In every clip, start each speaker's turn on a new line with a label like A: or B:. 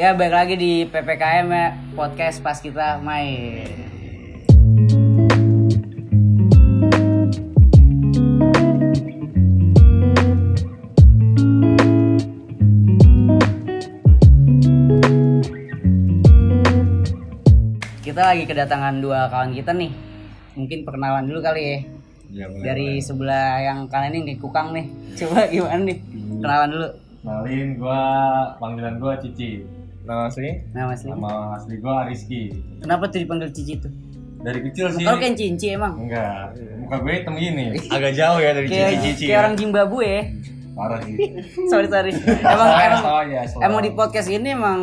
A: Ya balik lagi di PPKM ya, podcast pas kita main. Kita lagi kedatangan dua kawan kita nih. Mungkin perkenalan dulu kali ya.
B: Ya, boleh,
A: Dari
B: boleh.
A: sebelah yang kalian ini nih, kukang nih. Coba gimana nih? Kenalan dulu.
B: kenalin gua panggilan gua Cici. Nama asli?
A: Nama asli.
B: Nama asli gua Rizky.
A: Kenapa tuh dipanggil Cici tuh?
B: Dari kecil sih.
A: Kalau kan Cinci emang.
B: Enggak. Muka gue hitam gini. Agak jauh ya dari
A: kayak
B: Cici. Cici.
A: kayak orang Zimbabwe ya.
B: Parah sih.
A: sorry sorry emang
B: Salah ya,
A: emang,
B: salah ya, salah.
A: emang di podcast ini emang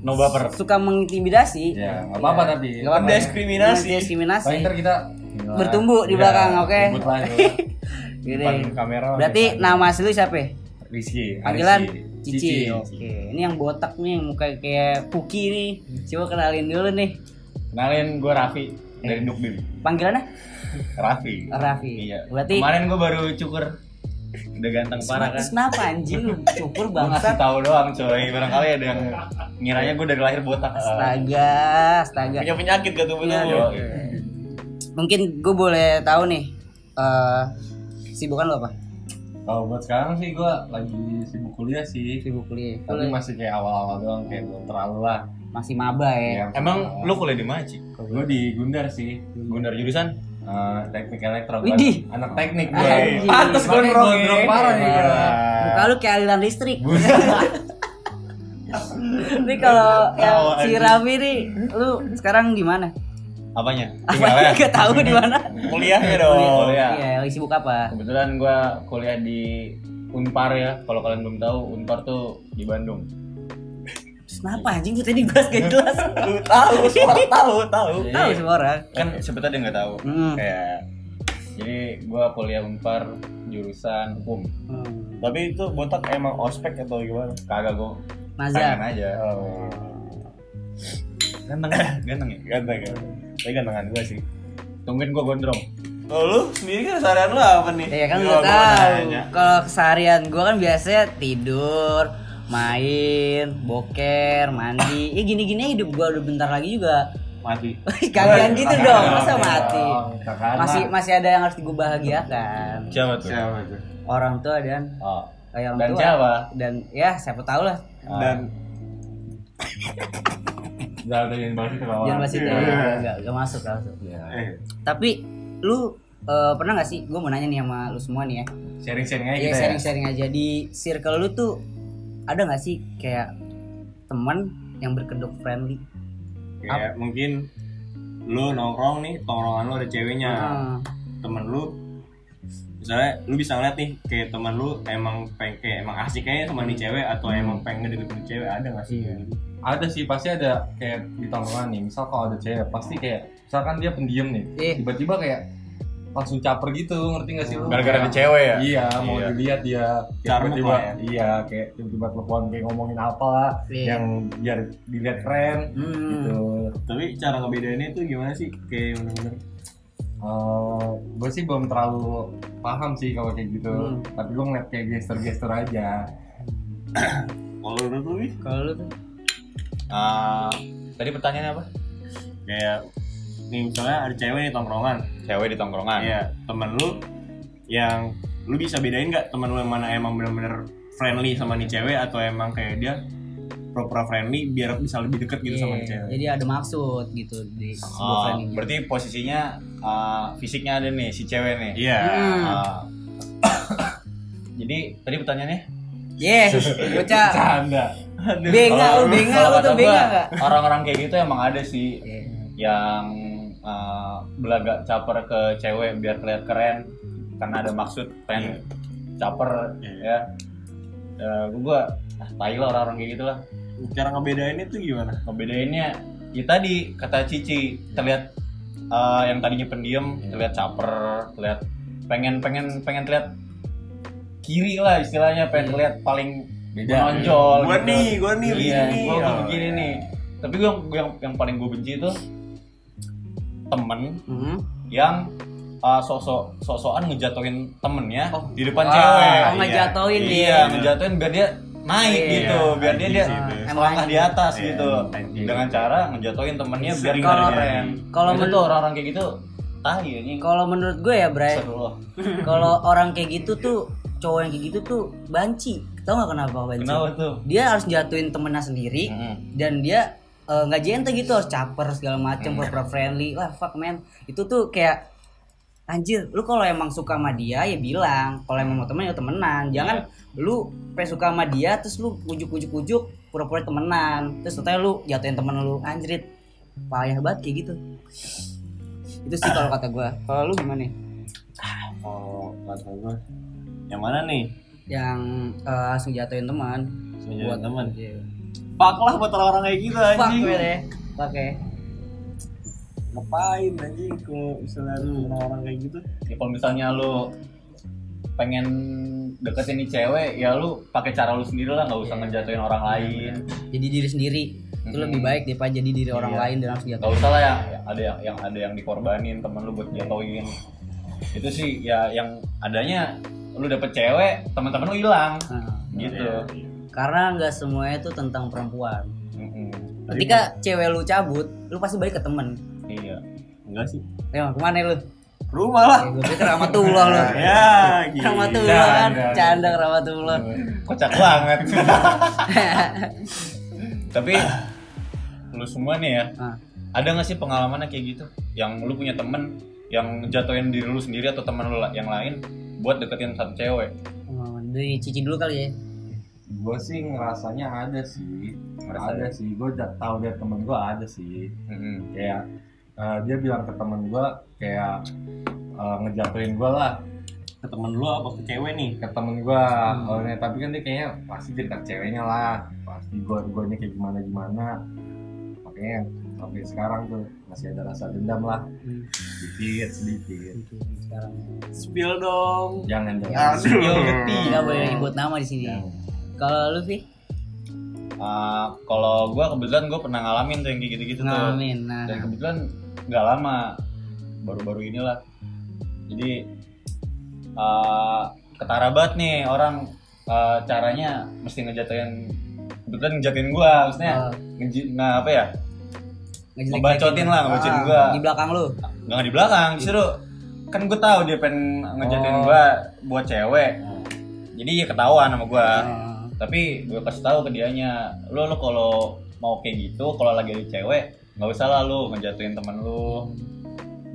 B: No baper.
A: suka mengintimidasi
B: Ya, nggak apa-apa
A: Iya.
B: tapi.
A: Nggak apa-apa.
B: Diskriminasi.
A: Diskriminasi. Iya.
B: Paling ntar kita Iya,
A: Bertumbuh di belakang, oke?
B: Ribut lah itu.
A: Gini.
B: Depan kamera.
A: berarti nama asli lu siapa ya?
B: Rizky.
A: panggilan
B: Rizky.
A: Cici, oke ini yang botak nih yang muka kayak Puki nih coba kenalin dulu nih
B: Kenalin gue Raffi dari Nukbim.
A: panggilannya Eh.
B: Raffi.
A: Raffi
B: Iya.
A: berarti
B: kemarin gue baru cukur. Udah ganteng parah kan?
A: terus kenapa anjing lu cukur
B: Gue ngasih
A: bangsa
B: tahu doang coy, barangkali ada yang ngiranya gue dari lahir botak.
A: astaga astaga
B: penyakit gak tuh
A: Iya, iya. mungkin gue boleh tahu nih eh sibukan lo apa
B: Kalau buat sekarang sih gue lagi sibuk kuliah sih,
A: sibuk kuliah
B: tapi masih kayak awal-awal doang kayak belum terlalu lah.
A: masih maba
C: Iya.
A: ya
B: Emang lu kuliah di mana sih? Gue di Gundar sih. Gundar jurusan? teknik elektro. Gua
A: Widih.
B: Anak teknik gue.
A: Anjing.
C: Pantes gondrong ya.
B: parah nih. gua.
A: Muka lu kayak aliran listrik.
B: Buset.
A: Ini kalau yang
B: Tawa
A: si
B: aja.
A: Raffi nih, lu sekarang di mana?
B: Apanya?
C: ya?
A: Apa
B: Tinggalnya?
A: gak tahu di mana?
B: Kuliahnya dong. Kuliah.
A: Iya, lagi sibuk apa?
B: Kebetulan gue kuliah di Unpar ya. Kalau kalian belum tahu, Unpar tuh di Bandung.
A: Terus Kenapa anjing tuh tadi bahas gak jelas?
C: Lu tahu, semua tahu, tahu.
A: Tahu semua orang.
B: Kan siapa tadi nggak tahu.
A: Hmm.
B: Kayak jadi gue kuliah Unpar jurusan hukum.
A: Hmm.
C: Tapi itu botak emang ospek atau gimana?
B: Kagak gue pengen
A: Nazar.
B: aja.
C: Oh.
B: Ganteng, ganteng ya.
C: Ganteng kan. Tapi gantengan gua sih.
B: Tungguin gue gondrong.
C: Oh, lu sendiri kan seharian lu apa nih?
A: Iya kan
C: Gila,
A: gak
C: gua
A: tahu.
C: nanya.
A: Kalau keseharian gua kan biasanya tidur, main, boker, mandi. Ya gini-gini hidup gua udah bentar lagi juga.
C: Mati.
A: Kalian gitu dong, masa mati?
B: Kakak
A: Masih masih ada yang harus gue bahagiakan.
B: Siapa tuh?
C: tuh?
A: Orang tua dan
B: Oh.
A: kayak orang
B: Dan
A: tua
B: siapa?
A: dan ya siapa tahu lah
D: Ah.
C: Dan
B: Jangan udah jangan bahas itu
A: jangan masih
D: Iya.
A: itu nggak nggak masuk nggak masuk
C: eh,
A: tapi lu eh, pernah nggak sih gue mau nanya nih sama lu semua nih ya
B: Sharing-sharing
C: Iya,
B: aja
A: ya
B: kita
A: sharing sharing aja di circle lu tuh ada nggak sih kayak teman yang berkedok friendly
C: kayak ya, mungkin lu nongkrong nih, tongkrongan lu ada ceweknya.
A: Heeh.
C: Temen lu misalnya lu bisa ngeliat nih kayak temen lu emang peng kayak emang asik kayaknya sama nih cewek atau emang pengen deketin cewek ada gak sih?
A: iya.
B: ada sih pasti ada kayak di tongkrongan nih misal kalau ada cewek pasti kayak misalkan dia pendiam nih
A: Iya.
B: tiba-tiba kayak langsung caper gitu ngerti gak sih lu
D: gara-gara ada
B: Kayak,
D: cewek ya
B: iya mau
D: Iya.
B: dilihat dia Kayak
C: Carmuk
B: tiba-tiba
C: lah ya.
B: iya kayak tiba-tiba telepon kayak ngomongin apa lah,
A: Iya.
B: yang biar dilihat keren
A: Hmm.
B: gitu
C: Tapi cara ngebedainnya itu gimana sih? Kayak bener-bener
B: Eh, gue sih belum terlalu paham sih kalau kayak gitu
A: Hmm.
B: tapi gue ngeliat kayak gestur-gestur aja
C: kalau menurut lu Wi?
A: kalau lu tuh
D: Ah, tadi pertanyaannya apa
C: kayak nih misalnya ada cewek nih tongkrongan
D: cewek di tongkrongan
A: Iya.
C: ya temen lu yang lu bisa bedain nggak temen lu yang mana emang bener-bener friendly sama nih cewek atau emang kayak dia pura-pura friendly biar bisa lebih deket gitu sama
A: iya,
C: nih cewek
A: jadi ada maksud gitu di sebuah
D: Ah,
A: friendly
D: berarti posisinya ah, fisiknya ada nih si cewek nih
C: iya
A: Hmm.
D: Ah. jadi tadi pertanyaannya
A: yes bocah
B: canda
A: benga lu
D: Kalau-
A: benga
D: kalau
A: lu
D: kata
A: tuh benga
D: gua,
A: nggak
D: orang-orang kayak gitu emang ada sih
A: Iya.
D: yang ah, belaga caper ke cewek biar kelihatan keren karena ada maksud pengen caper
C: Iya.
D: ya Eh, gua ah, tai lah orang-orang kayak gitu lah
A: Hmm.
C: cara ngebedainnya tuh gimana
D: ngebedainnya ya tadi kata Cici terlihat uh, yang tadinya pendiam
C: Iya.
D: terlihat caper terlihat pengen pengen pengen terlihat kiri lah istilahnya pengen terlihat paling
B: beda
D: menonjol
C: Iya. gua
D: gitu.
C: nih gua nih
D: iya
C: begini.
D: gua
C: Oh,
D: begini
C: iya.
D: nih tapi gua, gua yang yang paling gue benci itu temen
A: Hmm.
D: yang uh, sosok sosokan ngejatuhin temennya
A: Oh.
D: di depan
B: Ah,
D: cewek
A: Oh, ngejatoin
D: iya
A: dia.
D: ngejatuhin biar dia naik
A: Iya,
D: gitu biar dia dia
C: anjing sih itu.
D: emang langkah di atas
C: Iya,
D: gitu
C: anjing.
D: dengan cara ngejatuhin temennya biar
C: Sering
D: keren.
C: terjadi.
A: Kalau
D: Itu
A: menurut-
D: tuh orang-orang kayak gitu tai anjing.
A: Kalau menurut gue ya Bray,
D: Seru loh.
A: kalau orang kayak gitu tuh cowok yang kayak gitu tuh banci. Tau nggak kenapa banci?
D: Kenapa tuh?
A: Dia harus jatuhin temennya sendiri
D: Mm.
A: dan dia eh, nggak jente gitu harus caper segala macem pura-pura friendly. Wah fuck man, itu tuh kayak anjir. Lu kalau emang suka sama dia ya bilang. Kalau emang mau temen ya temenan. Jangan lu pengen suka sama dia terus lu ujuk-ujuk-ujuk pura-pura temenan. Terus ternyata lu jatuhin temen lu anjrit. Payah banget kayak gitu. Itu sih kalau kata gua. Kalau lu gimana nih?
C: Kalau kata gue, yang mana nih?
A: yang eh, langsung jatuhin teman
C: Sebenarnya teman.
A: Iya.
C: Pak lah buat orang-orang kayak gitu
A: fuck
C: anjing.
A: gue deh oke
C: Ngapain anjing kalau misalnya lu orang-orang kayak gitu?
D: Ya, kalau misalnya lu pengen deketin nih cewek ya lu pakai cara lu sendiri lah nggak usah
A: Iya.
D: ngejatuhin orang lain
A: jadi diri sendiri itu
D: Iya. Mm-mm.
A: lebih baik daripada jadi diri orang
D: Iya.
A: lain dan langsung jatuh
D: nggak usah lah ya ya, ada yang, yang ada yang dikorbanin temen lu buat jatuhin itu sih ya yang adanya lu dapet cewek teman-teman lu hilang
A: Nah,
D: gitu
A: karena nggak semuanya itu tentang perempuan
D: Mm-mm.
A: ketika cewek lu cabut lu pasti balik ke temen
D: iya
C: Enggak sih.
A: Emang kemana lu?
C: Rumah lah.
A: Ya, gue pikir rahmatullah lu
C: Ya,
D: Iya.
C: gitu.
A: Rahmatullah kan
B: Canda.
A: Canda rahmatullah
D: kocak banget tapi lu semua nih ya
A: Ah.
D: ada nggak sih pengalamannya kayak gitu yang lu punya temen yang jatuhin diri lu sendiri atau teman lu la- yang lain buat deketin satu cewek
A: Oh, Dari Cici dulu kali ya
B: gue sih ngerasanya ada sih
D: Ngerasa
A: ya?
B: ada sih gue tahu dari temen gue ada sih
D: Mm-mm.
B: kayak eh, dia bilang ke temen gue kayak eh, ngejatuhin gue lah
C: Ke temen lu apa ke cewek nih?
B: ke temen gue
A: Hmm.
B: awalnya tapi kan dia kayaknya pasti cerita ceweknya lah pasti gue guanya kayak gimana gimana makanya sampai sekarang tuh masih ada rasa dendam lah
A: Hmm.
B: sedikit sedikit
A: Sekarang ya.
C: Spill dong.
B: jangan dong
A: Gak boleh nyebut nama di sini
D: Iya.
B: Jangan.
A: Kalau lu sih
D: Ah, kalau gua kebetulan gua pernah ngalamin tuh yang kayak gitu-gitu tuh
A: Ngalamin Nah
D: dan kebetulan nggak lama baru-baru inilah jadi ah, ketara banget nih orang ah, caranya mesti ngejatuhin kebetulan ngejatuhin gua maksudnya
A: Oh.
D: ngeji- nah apa ya
A: Ngejelek-jelekin.
D: Ngebacotin lah, ngebacotin
A: Ah,
D: gua.
A: Di belakang lu.
D: nggak di belakang justru kan gue tahu dia pengen ngejatuhin
A: Oh. Nah.
D: gua buat cewek jadi ya ketahuan sama gua
A: Ah.
D: tapi gue kasih tahu ke dianya lo lo kalau mau kayak gitu kalau lagi ada cewek nggak usah lah lo ngejatuhin temen lu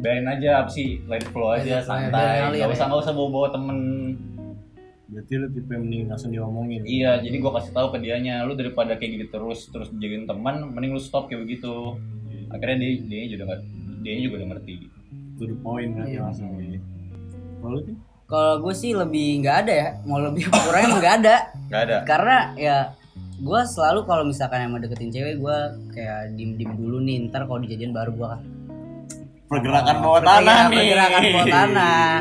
D: biarin aja apa sih let it flow
A: Let
D: aja
A: it flow, Iya, biarin
D: santai
A: ngalir
D: nggak
A: ya.
D: usah nggak usah bawa bawa temen
C: Berarti lu tipe yang mending langsung diomongin.
D: iya jadi gue kasih tahu ke dianya lu daripada kayak gitu terus terus jagain teman mending lu stop kayak begitu akhirnya dia dia juga nggak dia juga udah ngerti
C: To the point
A: Iya.
C: berarti langsung. ya. Kalau lu sih?
A: Kalau gue sih lebih nggak ada ya. Mau lebih apa kurang emang nggak ada.
D: nggak ada
A: Karena ya gue selalu kalau misalkan emang deketin cewek gue kayak diem diem dulu nih ntar kalau dijadian baru kan. gue
C: Pergerakan bawah
A: Iya, Pergerakan-
C: tanah nih.
A: pergerakan bawah tanah.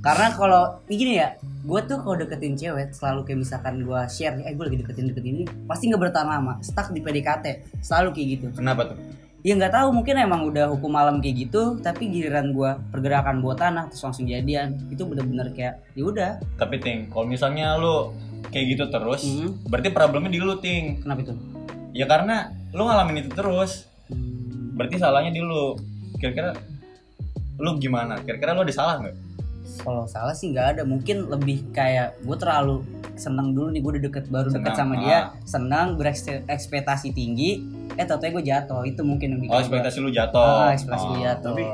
A: karena kalau ya gini ya gue tuh kalau deketin cewek selalu kayak misalkan gue share eh gue lagi deketin deketin ini pasti nggak bertahan lama stuck di PDKT selalu kayak gitu
D: kenapa tuh
A: ya nggak tahu mungkin emang udah hukum malam kayak gitu tapi giliran gua pergerakan buat tanah terus langsung jadian itu bener-bener kayak ya udah
D: tapi ting kalau misalnya lu kayak gitu terus
A: Mhm.
D: berarti problemnya di lu ting
A: kenapa itu
D: ya karena lu ngalamin itu terus
A: Hmm,
D: berarti salahnya di lu kira-kira lu gimana kira-kira lu ada salah nggak Oh,
A: kalau salah sih nggak ada mungkin lebih kayak gue terlalu seneng dulu nih gue udah deket baru deket
D: Senang, Ah.
A: sama dia senang berekspektasi tinggi eh tau-tau gue jatuh itu mungkin yang bikin
D: oh
A: gua-
D: ekspektasi lu
A: Ah,
D: jatuh
A: ekspektasi
D: Oh.
A: gua jatuh
C: tapi-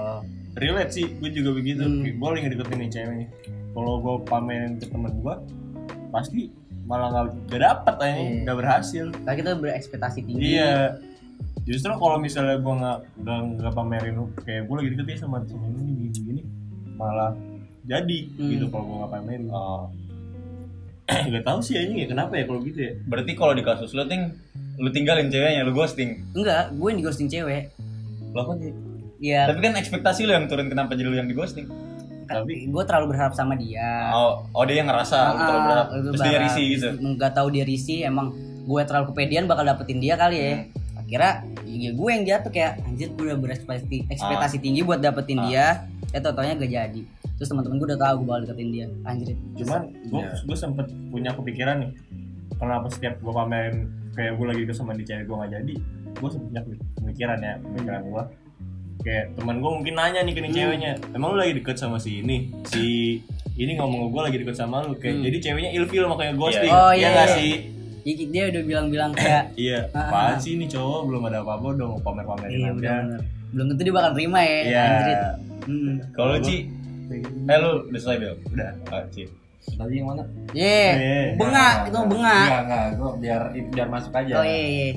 C: relate sih gue juga begitu
A: Hmm.
C: Kayak gue lagi deketin nih ceweknya kalau gue pamerin ke temen gue pasti malah nggak nggak dapet aja
A: Iya.
C: nggak berhasil
A: karena kita berekspektasi tinggi
C: iya justru kalau misalnya gue nggak nggak nggak pamerin kayak gue lagi deket ya sama temen ini gini gini malah jadi
A: Hmm.
C: gitu kalau gue nggak pamerin
D: Oh.
C: nggak tahu sih aja ya kenapa ya kalau gitu ya
D: berarti kalau di kasus lu ting lu tinggalin ceweknya lu ghosting
A: enggak gue yang di ghosting cewek
D: lo kan
A: ya
D: tapi kan ekspektasi lu yang turun kenapa jadi lu yang di ghosting
C: tapi-
A: gue terlalu berharap sama dia
D: oh oh dia yang ngerasa lu terlalu
A: Ah,
D: berat
A: lu
D: terus dia
A: berharap.
D: risih gitu
A: nggak tahu dia risih emang gue terlalu kepedean bakal dapetin dia kali ya
D: Hmm.
A: akhirnya ya gue yang jatuh kayak anjir gue udah berekspektasi ekspektasi tinggi buat dapetin
D: Ah.
A: dia ya tau-taunya gak jadi terus teman-teman gue udah tahu gue bakal deketin dia anjir
C: cuman gue gue sempet punya kepikiran nih kenapa setiap gue pamerin kayak gue lagi kesama di cewek gue nggak jadi gue punya pemikiran ya pemikiran gue kayak teman gue mungkin nanya nih ke nih ceweknya emang lu lagi deket sama si ini si ini ngomong ke gue lagi deket sama lu kayak
A: Hmm.
C: jadi ceweknya ilfil makanya ghosting
A: Oh,
C: Iya
A: iya,
C: nggak
A: iya.
C: sih
A: Jadi dia udah bilang-bilang kayak
C: iya
A: Ah.
C: apaan sih nih cowok belum ada apa-apa udah mau pamer-pamerin
A: iya
C: aja
A: benar-benar. Belum tentu dia bakal terima ya.
C: iya
A: anjrit. Hmm.
D: Kalau lu Ci, eh lu udah selesai Bel?
C: udah
D: Ah, Ci.
B: Tadi yang mana?
A: Ye,
C: Ye.
B: Enggak,
A: bengak, itu
B: enggak.
A: bengak.
B: Enggak, enggak, gua biar biar masuk aja.
A: Oh iya iya.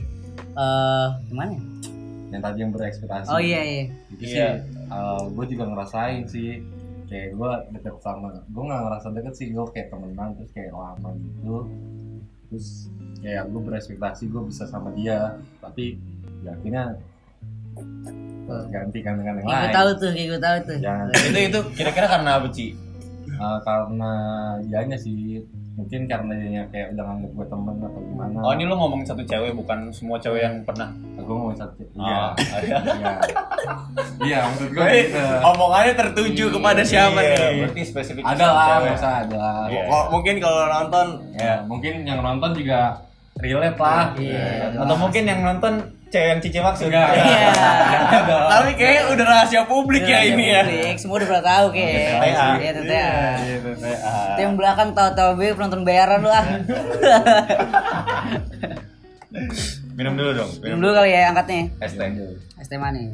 A: Eh, gimana? ya?
B: Yang tadi yang berekspektasi.
A: Oh iya iya.
B: Itu
D: Iya.
B: sih gue juga ngerasain sih kayak gue deket sama gue nggak ngerasa deket sih gue kayak temenan terus kayak lama gitu terus kayak gue berespektasi gue bisa sama dia tapi ya akhirnya eh, gantikan dengan
D: Iya,
B: yang
A: Kayak gue
B: lain
A: tahu tuh, kayak gue tahu tuh.
B: Jangan.
D: Itu itu kira-kira karena apa Ci?
B: Eh, karena dianya sih mungkin karena dianya kayak udah nganggep gue temen atau gimana
D: Oh ini lu ngomong satu cewek bukan semua cewek yang pernah.
B: gue mau satu
D: Ah,
B: iya
D: ada.
B: iya iya maksud gue
C: Wih,
B: gitu.
C: eh,
D: Oh,
C: omongannya tertuju kepada
D: eh,
C: siapa
D: Iya,
C: nih
D: Berarti spesifik
B: ada
D: satu
B: lah
D: cewek.
B: nggak usah ada
D: Iya.
C: Kok mungkin kalau nonton
B: ya mungkin yang nonton juga relate lah
A: Iya.
D: Atau mungkin yang nonton cewek yang Cici maksud.
B: Enggak.
A: Iya.
C: tapi kayaknya udah rahasia publik
D: Iya,
C: ya ini ya
A: Publik, Semua udah pernah tahu kayak.
D: TTA.
A: Iya, TTA.
C: Iya, TTA.
A: Itu yang belakang tahu-tahu gue penonton bayaran lu ah.
D: Minum dulu dong.
A: Minum dulu kali ya angkatnya.
D: Es teh.
A: Es teh manis.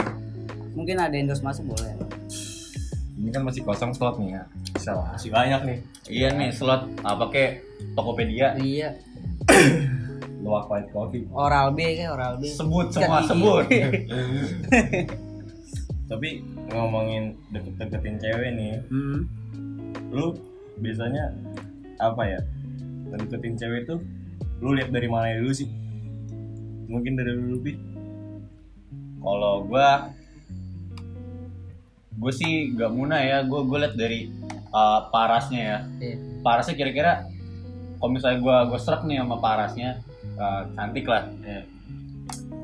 A: Mungkin ada endorse masuk boleh.
B: ini kan masih kosong slot nih ya bisa lah
C: masih banyak nih
D: Iya nih slot apa kek Tokopedia.
A: Iya,
B: luak white coffee
A: oral B kayak oral B.
D: Sebut
A: Sikat
D: semua
A: gigi.
D: sebut.
C: tapi ngomongin deket-deketin cewek nih
A: Hmm.
C: lu biasanya apa ya deketin cewek tuh lu lihat dari mana dulu sih mungkin dari lu lebih
D: Kalau gua gue sih gak muna ya, gue gue liat dari uh, parasnya ya.
A: Iya.
D: Parasnya kira-kira kalau misalnya gua gue serak nih sama parasnya uh, cantik lah.
C: Iya.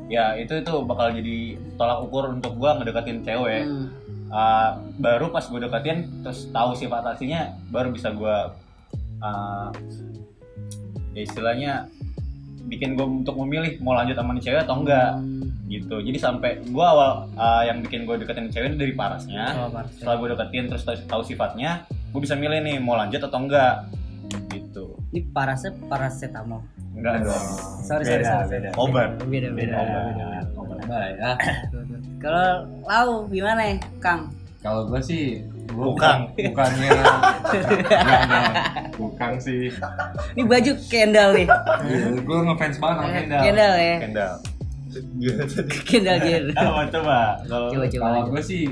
D: Ya itu itu bakal jadi tolak ukur untuk gua ngedeketin cewek.
A: Hmm.
D: Uh, baru pas gue deketin terus tahu sifat aslinya baru bisa gua uh, ya istilahnya bikin gue untuk memilih mau lanjut sama nih cewek atau enggak
A: Hmm.
D: gitu jadi sampai gue awal uh, yang bikin gue deketin cewek itu dari parasnya
A: Oh, parah.
D: setelah gue deketin terus tahu, tahu sifatnya gue bisa milih nih mau lanjut atau enggak gitu
A: Ini parasep parasetamol.
D: enggak dong
A: Sorry, sorry, sorry.
D: obat
A: Beda beda.
B: Nah, ya.
A: Kalau lau gimana ya, Kang?
B: kalau gue sih gua
D: Bukang.
B: bukannya enggak, enggak. bukang sih
A: Ini baju Kendall nih.
B: gue ngefans banget sama Kendall
A: Kendall ya.
D: kendal
A: Kendall Jir.
C: coba coba kalau
A: Coba coba.
B: kalau
A: lanjut.
B: gue sih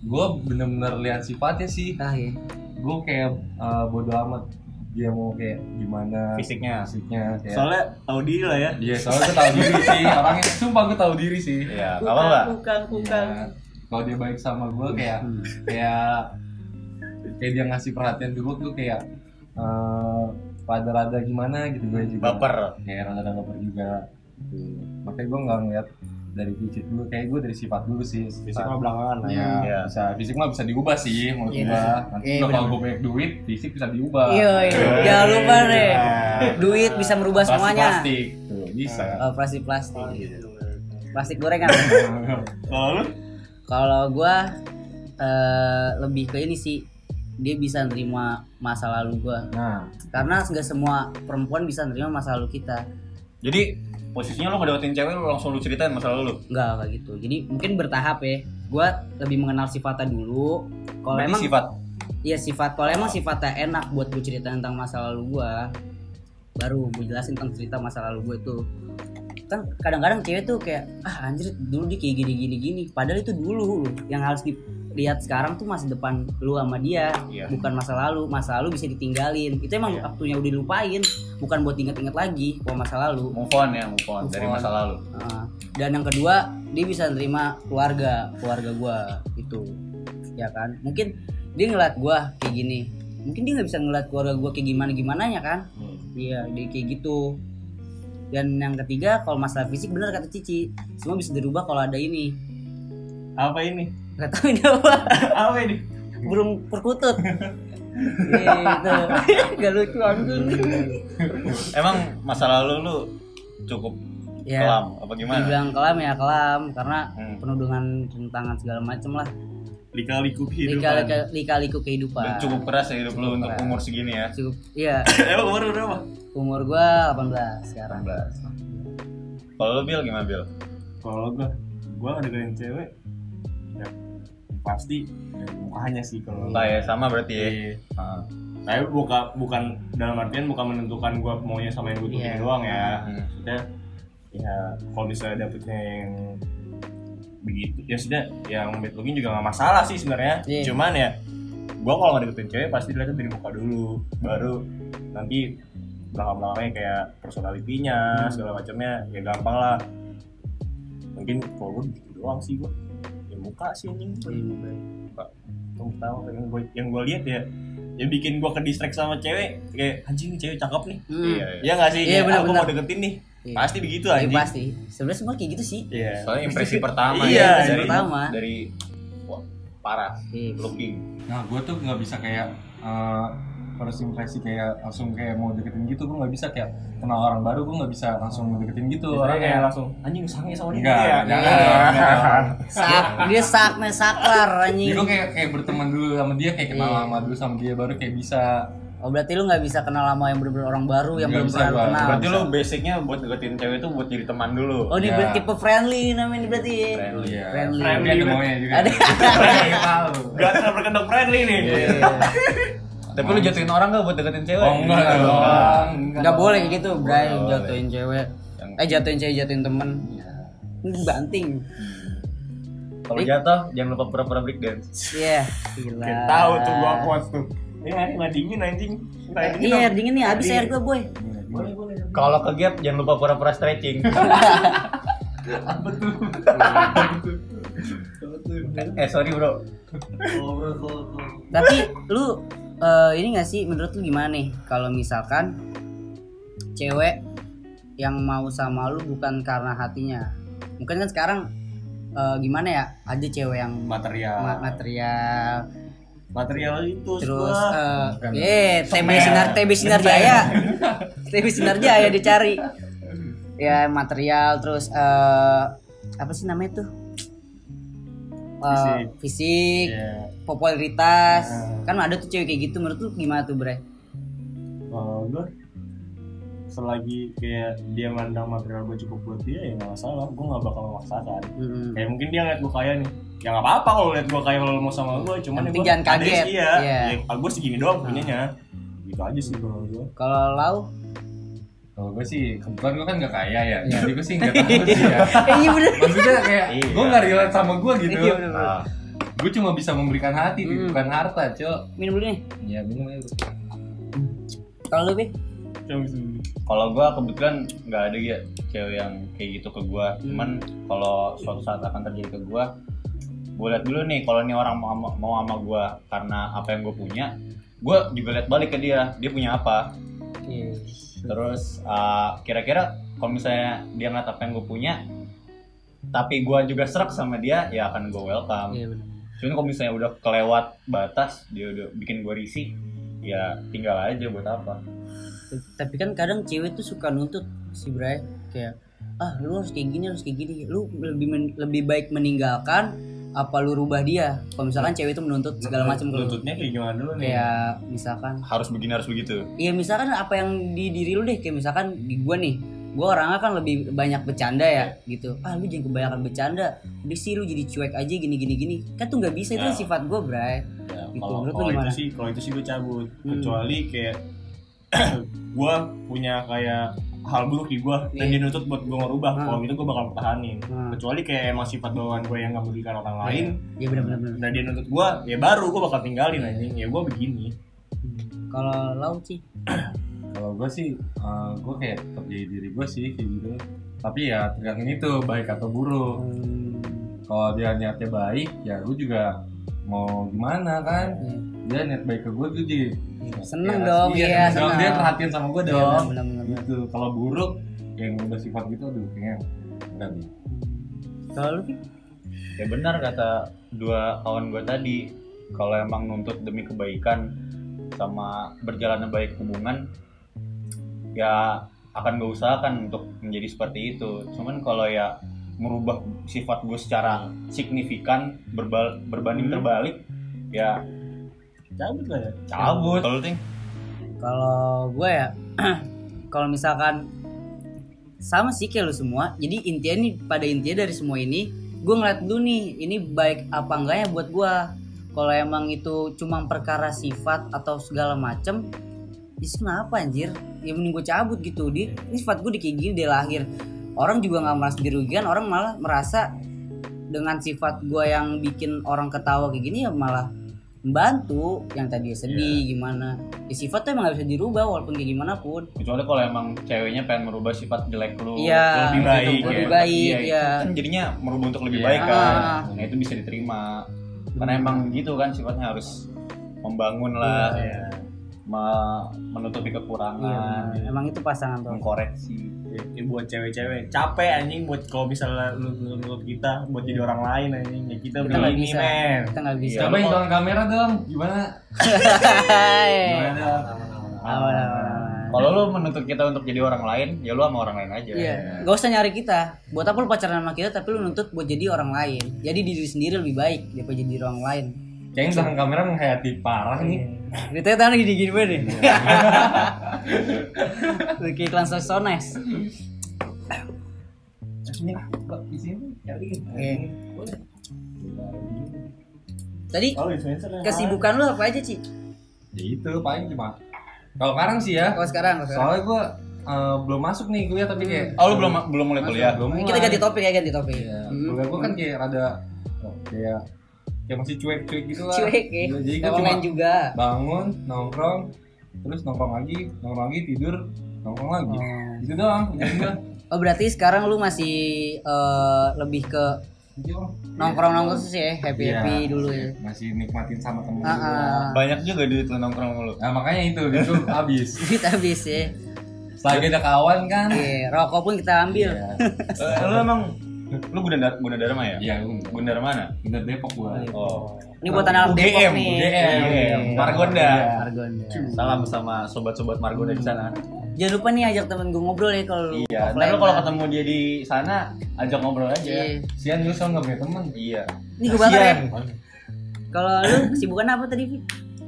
B: gue bener-bener lihat sifatnya sih
A: Ah, iya.
B: gue kayak eh, bodo amat dia mau kayak gimana
D: fisiknya
B: fisiknya kayak
C: soalnya tahu diri lah ya
B: Iya, soalnya gue tahu diri sih. Orangnya sumpah gue tahu diri sih.
D: ya
A: Kukang,
D: kalau enggak
A: Kukang kukang.
B: Iya. Kalau dia baik sama gue kayak
C: Hmm.
B: kayak kayak dia ngasih perhatian ke gue tuh kayak eh rada-rada gimana gitu gue juga.
D: baper
B: Kayak rada-rada baper juga. Gitu. Makanya gue nggak ngeliat dari fisik dulu, kayak gue dari sifat dulu sih.
C: fisik
B: Sifat.
C: mah belakangan lah
B: Ya,
D: Iya.
B: bisa fisik mah bisa diubah sih menurut
A: Iya,
B: gue.
A: fisik. Iya,
B: Nanti juga kalau
A: bener-bener.
B: gue banyak duit, fisik bisa diubah.
A: Iya, iya. jangan lupa deh. Duit bisa merubah
B: Plastik-
A: semuanya.
B: Plastik, tuh Gitu, bisa.
A: Oh, plastik plastik.
C: iya.
A: Plastik gorengan.
C: kalau lu
A: Kalau gua eh, lebih ke ini sih dia bisa nerima masa lalu gua
B: Nah,
A: karena nggak semua perempuan bisa nerima masa lalu kita
D: jadi posisinya lu ngedeketin cewek lu langsung lu ceritain masa lalu lu
A: nggak kayak gitu jadi mungkin bertahap ya gua lebih mengenal sifatnya dulu kalau
D: Berarti
A: Oh, emang
D: sifat
A: iya sifat kalau emang sifatnya enak buat gue cerita tentang masa lalu gua baru gue jelasin tentang cerita masa lalu gue itu kan kadang-kadang cewek tuh kayak ah anjir dulu dia kayak gini gini gini padahal itu dulu loh. yang harus dilihat sekarang tuh masa depan lu sama dia
D: Iya.
A: bukan masa lalu masa lalu bisa ditinggalin itu emang waktunya udah dilupain bukan buat inget-inget lagi bahwa masa lalu
D: move on ya move on
A: Move
D: dari
A: on.
D: masa lalu
A: Uh, dan yang kedua dia bisa nerima keluarga keluarga gua itu ya kan mungkin dia ngeliat gua kayak gini mungkin dia nggak bisa ngeliat keluarga gua kayak gimana gimana ya kan iya dia kayak gitu dan yang ketiga kalau masalah fisik bener kata Cici semua bisa dirubah kalau ada ini
C: apa ini
A: nggak tahu ini apa
C: apa ini
A: burung perkutut gitu gak lucu anjing
D: Emang masa lalu lu cukup
A: ya
D: kelam apa gimana?
A: dibilang kelam ya kelam karena
D: Hmm.
A: penuh dengan rintangan segala macem lah
C: lika-liku kehidupan
A: lika-lika lika-liku
D: Lu
A: kehidupan
D: cukup keras ya hidup lu untuk
A: keras.
D: umur segini ya.
A: cukup iya
C: emang umur lu berapa
A: umur gua 18 sekarang
D: 18. Kalau lu Bil gimana Bil?
C: kalau gua gua ngedengerin cewek ya pasti dari mukanya sih kalau
D: Lah ya sama berarti ya.
C: Iya.
D: Ah.
C: tapi buka bukan dalam artian bukan menentukan gua maunya sama yang gua tuh
A: Iya.
C: doang ya
D: Hmm.
C: maksudnya ya kalau misalnya dapetnya yang begitu ya sudah yang bad looking juga nggak masalah sih sebenarnya
A: Iya.
C: cuman ya gua kalau nggak deketin cewek pasti dilihat dari muka dulu baru nanti belakang belakangnya kayak personalitinya
A: Hmm.
C: segala macamnya ya gampang lah mungkin kalau gua begitu doang sih gua ya muka sih anjing
A: Iya,
C: yang pertama yang gue yang gue lihat ya yang bikin gue ke distract sama cewek kayak anjing nih cewek cakep nih
A: Hmm.
D: Iya, iya.
C: ya nggak sih
A: Iya,
C: Kayak, ah,
A: benar-benar.
C: gue mau deketin nih
A: Iya.
C: pasti begitu
A: Iya,
C: anjing
A: pasti sebenarnya semua kayak gitu sih
C: Iya.
D: Soalnya impresi pertama
C: Iya,
D: ya
A: impresi
D: dari
A: pertama.
D: dari wah, parah
A: Iya.
D: looking.
B: Nah, gue tuh nggak bisa kayak eh, first impression kayak langsung kayak mau deketin gitu. Gue nggak bisa kayak kenal orang baru, gue nggak bisa langsung deketin gitu.
C: orang
B: Orang
C: kayak
B: kayak
C: langsung anjing sange sama dia
B: enggak,
C: ya
B: jangan
A: "Oh, Iya.
B: dong, enggak dong.
A: Sak, dia sak nih saklar
B: Jadi
A: anjing.
B: gue kayak kayak berteman dulu sama dia, kayak kenal
A: Iya.
B: lama dulu sama dia baru kayak bisa.
A: Oh berarti lu nggak bisa kenal sama yang bener-bener orang baru yang
B: Nggak
A: belum
B: bisa
A: pernah lu
B: gua.
A: kenal.
D: Berarti lu basicnya buat deketin cewek itu buat jadi teman dulu.
A: Oh ini
B: Ya.
A: berarti tipe friendly namanya ini berarti. ya.
D: Friendly.
B: Iya.
A: Friendly.
B: Tapi ada maunya juga.
A: Ada.
B: Nggak tahu.
C: gak pernah berkedok friendly nih
D: Iya. Tapi lu jatuhin orang gak buat deketin cewek? Iya
B: Oh enggak dong.
A: Nggak Iya, boleh kayak gitu, Bray,
D: Boleh.
A: jatuhin cewek.
D: Yang- Iya.
A: Eh jatuhin cewek, jatuhin temen. Ini banting.
D: Kalau jatuh jangan lupa pura-pura break dance.
A: Iya, gila.
C: Kayak tahu tuh gue kuat tuh ini hari nggak dingin anjing Ntar
A: Eh,
C: dingin
A: Iya,
C: dong.
A: dingin nih habis air gua, boy.
C: boleh boleh
D: Kalau ke gap jangan lupa pura-pura stretching. eh sorry bro.
A: Tapi lu eh, ini gak sih menurut lu gimana nih kalau misalkan cewek yang mau sama lu bukan karena hatinya. Mungkin kan sekarang eh, gimana ya? Ada cewek yang
C: material
A: ma- material
C: material itu
A: terus
C: gua.
A: eh
B: Bukan.
A: eh TB sinar TB sinar jaya TB sinar jaya dicari
C: Hmm.
A: ya material terus eh apa sih namanya tuh Eh,
C: Fisik.
A: fisik
C: Iya.
A: popularitas
C: Eh.
A: kan ada tuh cewek kayak gitu menurut lu gimana tuh bre
C: kalau gue selagi kayak dia mandang material gue cukup buat dia ya nggak masalah gue nggak bakal memaksakan
A: Mm-mm.
C: kayak mungkin dia ngeliat gue kaya nih ya nggak apa-apa kalau liat gue kaya kalau lo mau sama gue cuman
A: Yang
C: ya
A: penting
C: gua-
A: jangan
C: ada
A: kaget.
C: sih, iya
A: Iya. Nah.
C: ya, gue segini doang punyanya gitu aja sih kalau gue
A: kalau lau
B: Kalau gue sih, kebetulan gue kan gak kaya ya,
A: Iya.
B: jadi gue sih gak tahu sih ya.
A: eh, iya bener
B: Maksudnya kayak
D: Iya.
B: gue gak relate sama gue gitu.
A: Iya, bener, bener.
D: Nah,
B: Gue cuma bisa memberikan hati,
A: Hmm.
B: bukan harta, cok.
A: minum dulu nih
B: Ya minum aja. Bro.
A: kalau lu bi
C: Cuma gitu. bisa dulu.
D: kalau gua kebetulan nggak ada ya cewek yang kayak gitu ke gua. Cuman kalau suatu saat akan terjadi ke gua, gua lihat dulu nih kalau nih orang mau ama- mau sama gua karena apa yang gua punya, gua juga lihat balik ke dia, dia punya apa.
C: Iya.
D: Terus uh, kira-kira kalau misalnya dia ngeliat apa yang gue punya, tapi gue juga serak sama dia, ya akan gue welcome.
A: iya bener
D: Cuman kalau misalnya udah kelewat batas, dia udah bikin gue risih, ya tinggal aja buat apa.
A: tapi kan kadang cewek tuh suka nuntut si Bray kayak ah lu harus kayak gini harus kayak gini lu lebih men- lebih baik meninggalkan apa lu rubah dia kalau misalkan cewek itu menuntut segala macam Iya. ke lu.
C: lututnya kayak gimana dulu nih
A: kayak misalkan
D: Harus begini harus begitu.
A: iya misalkan apa yang di diri lu deh kayak misalkan di gua nih gua orangnya kan lebih banyak bercanda ya gitu ah lu jangan kebanyakan bercanda udah sih lu jadi cuek aja gini gini gini kan tuh nggak bisa itu
C: Ya.
A: sifat gua Bray
C: Ya,
A: Gitu,
C: kalau
A: menurut lu
C: kalau itu
A: gimana?
C: sih kalau itu sih gue cabut
A: Hmm.
C: kecuali kayak gue punya kayak hal buruk di gue
A: Iya.
C: dan dia nuntut buat gue ngerubah
A: Hmm.
C: kalau gitu gue bakal pertahanin
A: Hmm.
C: kecuali kayak emang sifat bawaan gue yang nggak merugikan orang lain
A: ya bener bener bener
C: dan dia nuntut gue ya baru gue bakal tinggalin
A: Iya.
C: anjing ya gue begini
A: kalau lau sih
B: Kalau gue sih, eh, gue kayak tetap jadi diri gue sih kayak gitu. Tapi ya tergantung itu baik atau buruk.
A: hmm,
B: Kalau dia niatnya baik, ya gue juga mau gimana kan? Dia niat baik ke gue, gue jadi
A: Seneng
B: Ya,
A: dong,
B: iya,
A: iya,
B: seneng
A: seneng.
B: dong. Dia perhatian sama gue
A: Iya,
B: dong.
A: bener, bener, bener.
B: gitu. Kalau buruk, yang udah sifat gitu, aduh kayaknya enggak nih.
A: kalau lu Pi?
D: Ya benar kata dua kawan gue tadi, kalau emang nuntut demi kebaikan, sama berjalannya baik hubungan ya akan gue usahakan untuk menjadi seperti itu cuman kalau ya merubah sifat gue secara signifikan berbal- berbanding
C: Hmm.
D: terbalik ya
C: cabut lah ya
D: cabut kalau ting
A: Kalau gue ya, kalau misalkan sama sih kayak lu semua. Jadi intinya nih pada intinya dari semua ini, gue ngeliat dulu nih ini baik apa enggaknya buat gue. Kalau emang itu cuma perkara sifat atau segala macem, itu kenapa anjir? Ya mending gue cabut gitu. Di, ini sifat gue di kayak gini dari lahir. Orang juga nggak merasa dirugikan, orang malah merasa dengan sifat gue yang bikin orang ketawa kayak gini ya malah membantu yang tadi sedih gimana ya sifat tuh emang gak bisa dirubah walaupun kayak gimana pun
D: kecuali kalau emang ceweknya pengen merubah sifat jelek lu
A: Iya,
D: ke
C: lebih
D: ke
C: baik, ya.
A: lebih baik,
D: itu
A: ya.
D: kan jadinya merubah untuk lebih
B: Iya.
D: baik kan
A: Ah.
D: nah itu bisa diterima karena emang gitu kan sifatnya harus membangun lah
C: Iya.
D: me- menutupi kekurangan
A: Iya, emang itu pasangan tuh
D: mengkoreksi
C: Ya, ini buat cewek-cewek capek anjing buat kalau misalnya lu nurut kita buat jadi orang lain anjing ya kita,
A: Iya. kita nggak
C: begini
A: bisa
B: Iya.
C: men
A: kita nggak bisa
B: Cobain tolong kamera dong, gimana?
A: Hai.
B: Gimana?
A: aman aman aman.
D: Ah. kalau lu menuntut kita untuk jadi orang lain ya lu sama orang lain aja
A: Iya, gak usah nyari kita. Buat apa lu pacaran sama kita tapi lu nuntut buat jadi orang lain. Jadi diri sendiri lebih baik daripada jadi orang lain.
B: Kayaknya belakang kamera menghayati parah
A: Iya.
B: nih.
A: Ceritanya tangan gini gini banget deh. Kayak iklan sones.
B: Di sini, kali
A: Tadi
C: oh influencer yang
A: kesibukan lu apa aja, Ci?
B: Ya itu paling cuma. Kalau sekarang sih ya,
A: Kalau sekarang, kalau sekarang.
B: soalnya gue belum masuk nih kuliah tapi kayak.
D: oh lu belum belum mulai
B: Masuk,
D: kuliah
B: belum
A: Kita
B: mulai.
A: ganti topik ya, ganti topik.
B: Iya,
A: Hmm.
B: kuliah gue kan kayak rada oh, kayak kayak masih cuek-cuek gitu lah.
A: Cuek ya.
B: Iya, Jadi gue
A: Emang
B: cuma
A: main juga.
B: bangun, nongkrong, terus nongkrong lagi, nongkrong lagi tidur, nongkrong lagi. Gitu doang. kerjaan gua.
A: Oh berarti sekarang lu masih eh, lebih ke
B: Gitu doang.
A: nongkrong nongkrong sih ya happy happy
B: Iya,
A: dulu ya.
B: Masih nikmatin sama temen
A: Ah,
B: gua.
A: ah.
D: banyak juga duit lu nongkrong mulu
B: Nah makanya itu itu habis.
D: Iya.
A: duit habis ya.
B: Selagi ada kawan kan.
A: Iya, rokok pun kita ambil.
D: Eh, lu emang lu gundar Gunadarma ya
B: Iya, gue
D: Gundar mana
B: bener Depok gua.
A: Iya.
D: oh
A: Ini buatan anak Depok
D: UGM,
A: nih.
D: UGM.
A: Iya.
D: Margonda.
A: Margonda.
D: salam sama sobat-sobat Margonda di sana
A: Jangan lupa nih ajak temen gue ngobrol ya kalau lu
D: iya
A: offline
D: ntar lu kalau
A: lah.
D: ketemu dia di sana ajak ngobrol
A: Iya.
D: aja
B: Sian gue soalnya nggak punya temen.
D: iya
A: Ini gue bakar ya.
D: Kasian.
A: Kalau lu kesibukan apa tadi? Vi?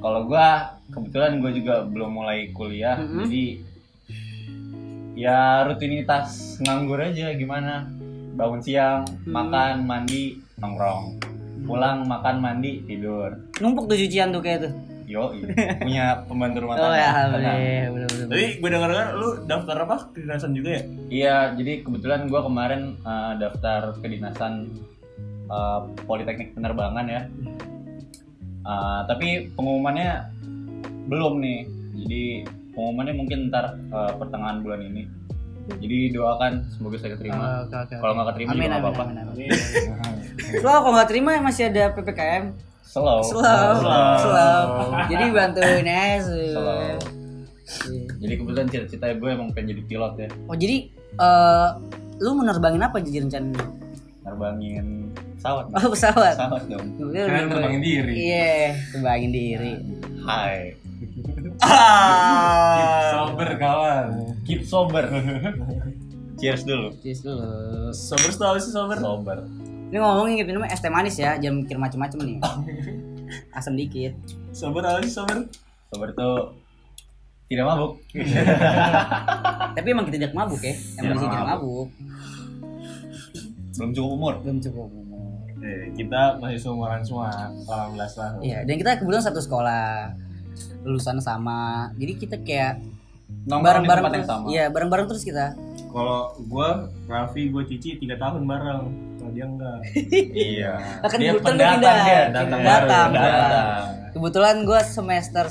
D: kalau gua kebetulan gua juga belum mulai kuliah
A: Mhm.
D: jadi ya rutinitas nganggur aja gimana bangun siang makan mandi nongkrong pulang makan mandi tidur
A: Numpuk tuh cucian tuh kayak tuh.
D: yo punya pembantu rumah
A: Oh
D: tangga
A: ya,
D: Tenang.
A: boleh, boleh, boleh.
C: tapi gue denger dengar lu daftar apa kedinasan juga ya
D: iya jadi kebetulan gua kemarin eh, daftar kedinasan eh, politeknik penerbangan ya Eh, tapi pengumumannya belum nih jadi pengumumannya mungkin ntar eh, pertengahan bulan ini jadi doakan semoga saya keterima
A: Oh, Oke, oke.
D: kalau nggak keterima
A: Amin,
D: juga nggak
A: amin,
D: apa-apa
A: amin, amin. Lo kalau nggak terima ya masih ada PPKM.
D: slow
A: Slow,
D: Slow.
A: slow. Jadi bantuin aja. Iya. Su.
D: Slow. jadi kebetulan cita-cita gue emang pengen jadi pilot ya
A: Oh jadi eh, lu menerbangin apa jadi rencananya?
D: terbangin pesawat
A: Oh pesawat.
D: pesawat dong
A: Kemudian
B: Kalian
A: lu-
B: terbangin diri.
A: Iya, terbangin diri.
D: hai
C: Ah.
B: Sober kawan.
D: keep sober cheers dulu
A: Cheers dulu.
C: sober tau sih sober
D: sober
A: Ini ngomongin gitu namanya es teh manis ya, jangan mikir macem-macem nih. Asam dikit.
C: sober apa sih sober
D: sober tuh tidak mabuk
A: Tapi emang kita tidak mabuk ya, emang kita tidak mabuk.
D: belum cukup umur
A: Belum cukup.
C: Eh, kita masih seumuran semua 18 tahun
A: Iya, dan kita kebetulan satu sekolah, lulusan sama. Jadi kita kayak
D: nongkrong
A: bareng-bareng
D: di tempat yang
A: terus.
D: sama
A: Iya, bareng-bareng terus kita.
C: kalau gue Raffi gue Cici 3 tahun bareng kalau dia enggak
D: iya
A: Nah, kan
D: dia
A: kebetulan
D: pendatang
A: pindah.
D: dia
A: Datang.
D: datang
A: Datang. Kebetulan gue semester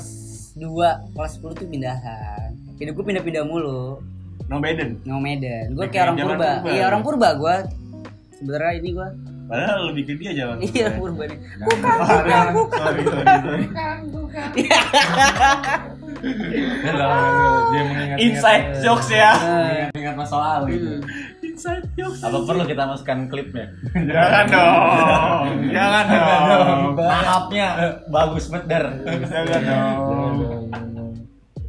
A: 2 kelas 10 tuh pindahan. Hidup gue pindah-pindah mulu.
C: no Biden
A: No Medan. Gue
C: Oke,
A: kayak orang
C: jangan
A: purba.
C: purba.
A: Iya, orang purba gue. Sebenarnya ini gue.
C: padahal lebih ke dia jalan
A: Iya, purba nih.
C: bukan sorry sorry sorry
A: Iya.
B: Ya, lah, Dia mengingat
C: inside jokes ya
D: Iya,
B: Ingat masa lalu.
D: Hmm.
B: gitu.
A: Hmm.
C: inside jokes
D: apa perlu kita masukkan klipnya
C: Jangan dong. Jangan dong.
A: Oh.
D: maafnya bagus bener
C: Jangan dong.
B: Aduh.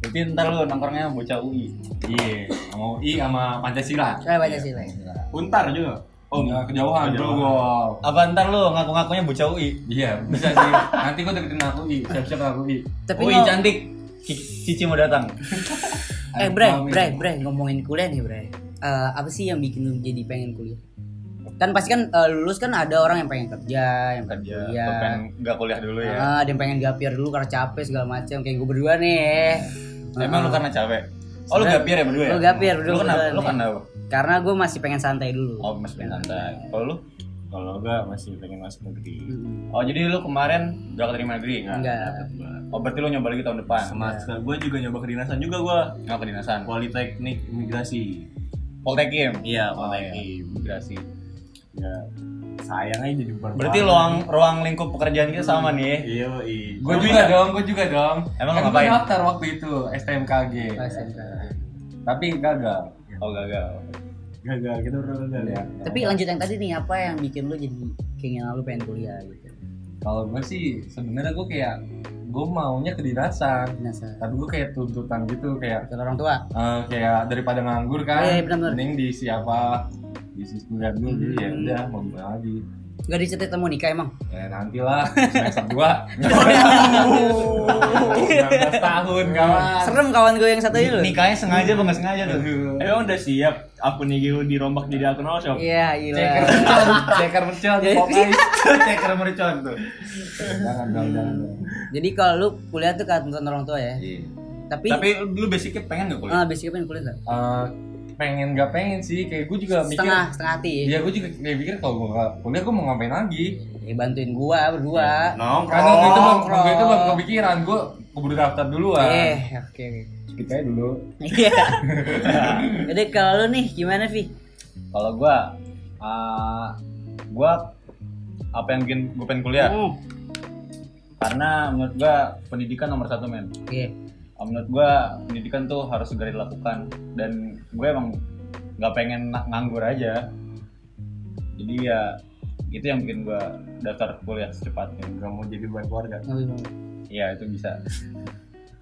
D: Pasti ntar lu nongkrongnya bocah UI.
B: Iya, mau I sama Pancasila.
A: Eh, Pancasila.
D: Iya.
B: Pancasila.
C: Untar juga.
B: Oh,
C: Iya.
B: enggak kejauhan bro. gua.
D: Apa ntar lu ngaku-ngakunya bocah UI?
B: Iya, bisa sih. Nanti gua deketin aku I, siap-siap aku I.
A: Tapi
D: UI
A: ngom-
D: cantik. Ci- Cici mau datang.
A: eh bre,
B: Amin.
A: bre,
D: iya.
A: bre ngomongin kuliah nih bre. Eh, apa sih yang bikin lu jadi pengen kuliah? Kan pasti kan eh, lulus kan ada orang yang pengen kerja, yang pengen
D: Kerja.
A: kuliah.
D: Iya, Atau pengen kan nggak kuliah dulu ya.
A: Iya. Ah, ada yang pengen gapir dulu karena capek segala macam kayak gue berdua nih.
D: Iya. Emang lu karena capek. Oh lu
A: Ah. Sebenarnya-
D: gapir ya berdua ya?
A: Lu gapir berdua. ya.
D: Lu kenapa?
A: berdua
D: Lu
A: nih.
D: kenapa?
A: Karena gue masih pengen santai dulu.
D: Oh masih pengen santai. Kalau lu?
C: Kalau enggak masih pengen masuk negeri.
A: Mm-mm.
D: Oh jadi lu kemarin udah keterima negeri kan?
A: Enggak.
D: Oh berarti lu nyoba lagi tahun depan?
C: Semester gue juga nyoba kedinasan juga gue
D: Nggak kedinasan?
C: Politeknik Imigrasi.
D: Poltekim?
C: Iya,
D: Poltekim. Migrasi.
C: Ya sayangnya jadi berapa.
D: Berarti ruang ruang lingkup pekerjaan kita sama nih.
C: Iya,
B: Gua juga dong, gua juga dong.
D: Emang lu
B: Oh, Kan gua Oh,
D: ngapain?
B: daftar waktu itu STMKG. Tapi gagal.
D: Oh gagal.
C: gagal kita udah gagal ya.
A: Tapi lanjut yang tadi nih apa yang bikin lu jadi keinginan lu pengen kuliah gitu.
B: Kalau gue sih sebenarnya gue kayak gue maunya kedinasan,
A: Penasaran.
B: tapi gue kayak tuntutan gitu kayak
A: Kalau orang tua.
B: eh, kayak daripada nganggur kan,
A: Iya, iya, benar, benar.
B: mending di siapa diisi kuliah dulu jadi ya
A: Hmm.
B: udah mau gimana lagi
A: Gak dicetit sama nikah emang.
B: ya nantilah semester dua
A: Iya,
B: 19 tahun kawan
A: Serem kawan gue yang satu itu. loh.
D: Nikahnya sengaja apa nggak sengaja tuh?
C: Emang udah siap akun IG lu dirombak jadi akun all shop.
A: Iya, gila.
B: ceker mercon ceker mercon pokoknya
D: Ceker mercon tuh.
B: jangan dong jangan dong
A: Jadi kalau lu kuliah tuh karena tuntutan orang tua ya.
B: Iya.
A: Tapi,
D: Tapi lu basicnya pengen nggak kuliah?
A: ah, basicnya pengen kuliah nggak?
B: Eh, pengen nggak pengen sih kayak gue juga mikir
A: Setengah, setengah hati.
B: ya gue juga kayak mikir kalau gue nggak kuliah gue mau ngapain lagi
A: Ya, bantuin gua berdua.
C: Oh,
B: karena waktu itu belum
C: Nongkrong.
B: waktu itu
C: oh.
B: belum kepikiran gue keburu daftar duluan
A: Eh, oke. oke.
B: Speak aja dulu
A: Iya. Jadi kalau lu nih gimana, Vi?
D: Kalau gua ah, gua apa yang bikin gua pengen kuliah?
A: Hmm.
D: Karena menurut gua pendidikan nomor satu men.
A: Iya.
D: Ah, Menurut gua pendidikan tuh harus segera dilakukan dan gue emang nggak pengen na- nganggur aja. Jadi ya itu yang bikin gua daftar kuliah secepatnya.
C: Gak mau jadi beban keluarga.
D: Iya itu bisa.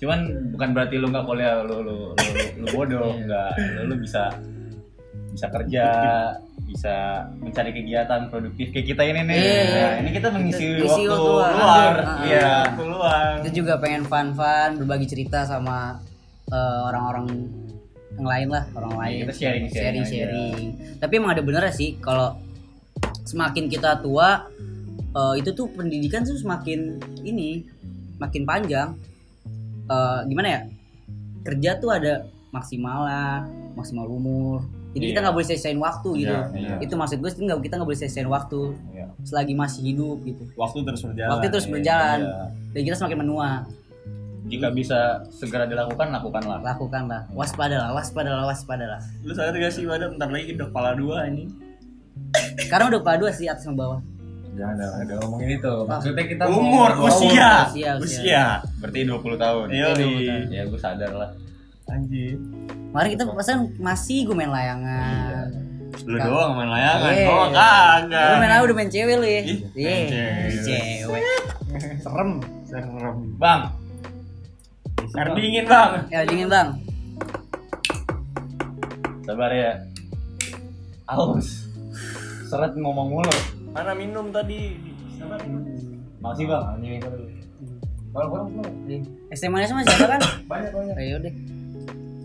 D: Cuman bukan berarti lu nggak kuliah lu lu lu, lu- lu bodoh
A: Iya.
D: nggak. Lu, lu bisa bisa kerja, bisa mencari kegiatan produktif kayak kita ini nih.
A: Iya.
D: Nah, ini kita mengisi
A: Mengisi
D: waktu,
A: waktu luang.
D: luar.
A: Ah.
D: Iya.
C: Keluar.
A: Kita juga pengen fun-fun, berbagi cerita sama eh, orang-orang yang lain lah, orang lain.
D: kita
A: sharing,
D: sharing-sharing aja.
A: sharing. Tapi emang ada benernya sih kalau semakin kita tua eh, itu tuh pendidikan tuh semakin ini makin panjang. Eh, gimana ya? Kerja tuh ada maksimal lah, maksimal umur. Jadi kita
D: Iya.
A: nggak boleh sia-siain waktu gitu.
B: Iya, iya.
A: Itu maksud gue sih nggak kita nggak boleh sia-siain waktu
D: Iya.
A: selagi masih hidup gitu.
C: Waktu terus berjalan.
A: Waktu terus
C: Iya.
A: berjalan
D: Iya.
A: dan kita semakin menua.
D: Jika bisa segera dilakukan, lakukanlah.
A: lakukanlah waspadalah waspadalah waspadalah
C: Lu sadar gak sih pada bentar lagi udah kepala dua ini.
A: karena udah pada dua sih atas sama bawah
B: jangan dong ada ngomongin itu gitu. maksudnya kita mau-
C: Umur,
B: mau-
C: usia,
A: usia,
C: usia.
A: usia.
D: Berarti 20 tahun.
C: Iya, iya.
D: Ya gue sadar lah.
C: Anjir.
A: kemarin kita
C: Iya.
A: pasan masih gue main layangan
C: Lu doang main layangan.
A: Iya.
C: Oh,
A: lu main
C: kagak.
A: apa udah main cewek lu ya
C: Ih,
A: iya
C: main cewek.
A: main cewek
C: Serem, serem.
D: Bang,
C: Air dingin, Bang.
A: ya dingin bang
D: sabar ya. Aus. Seret ngomong mulu.
C: Mana minum tadi?
D: Makasih, Bang.
A: es teh manis masih ada kan
B: banyak banyak
A: ayo deh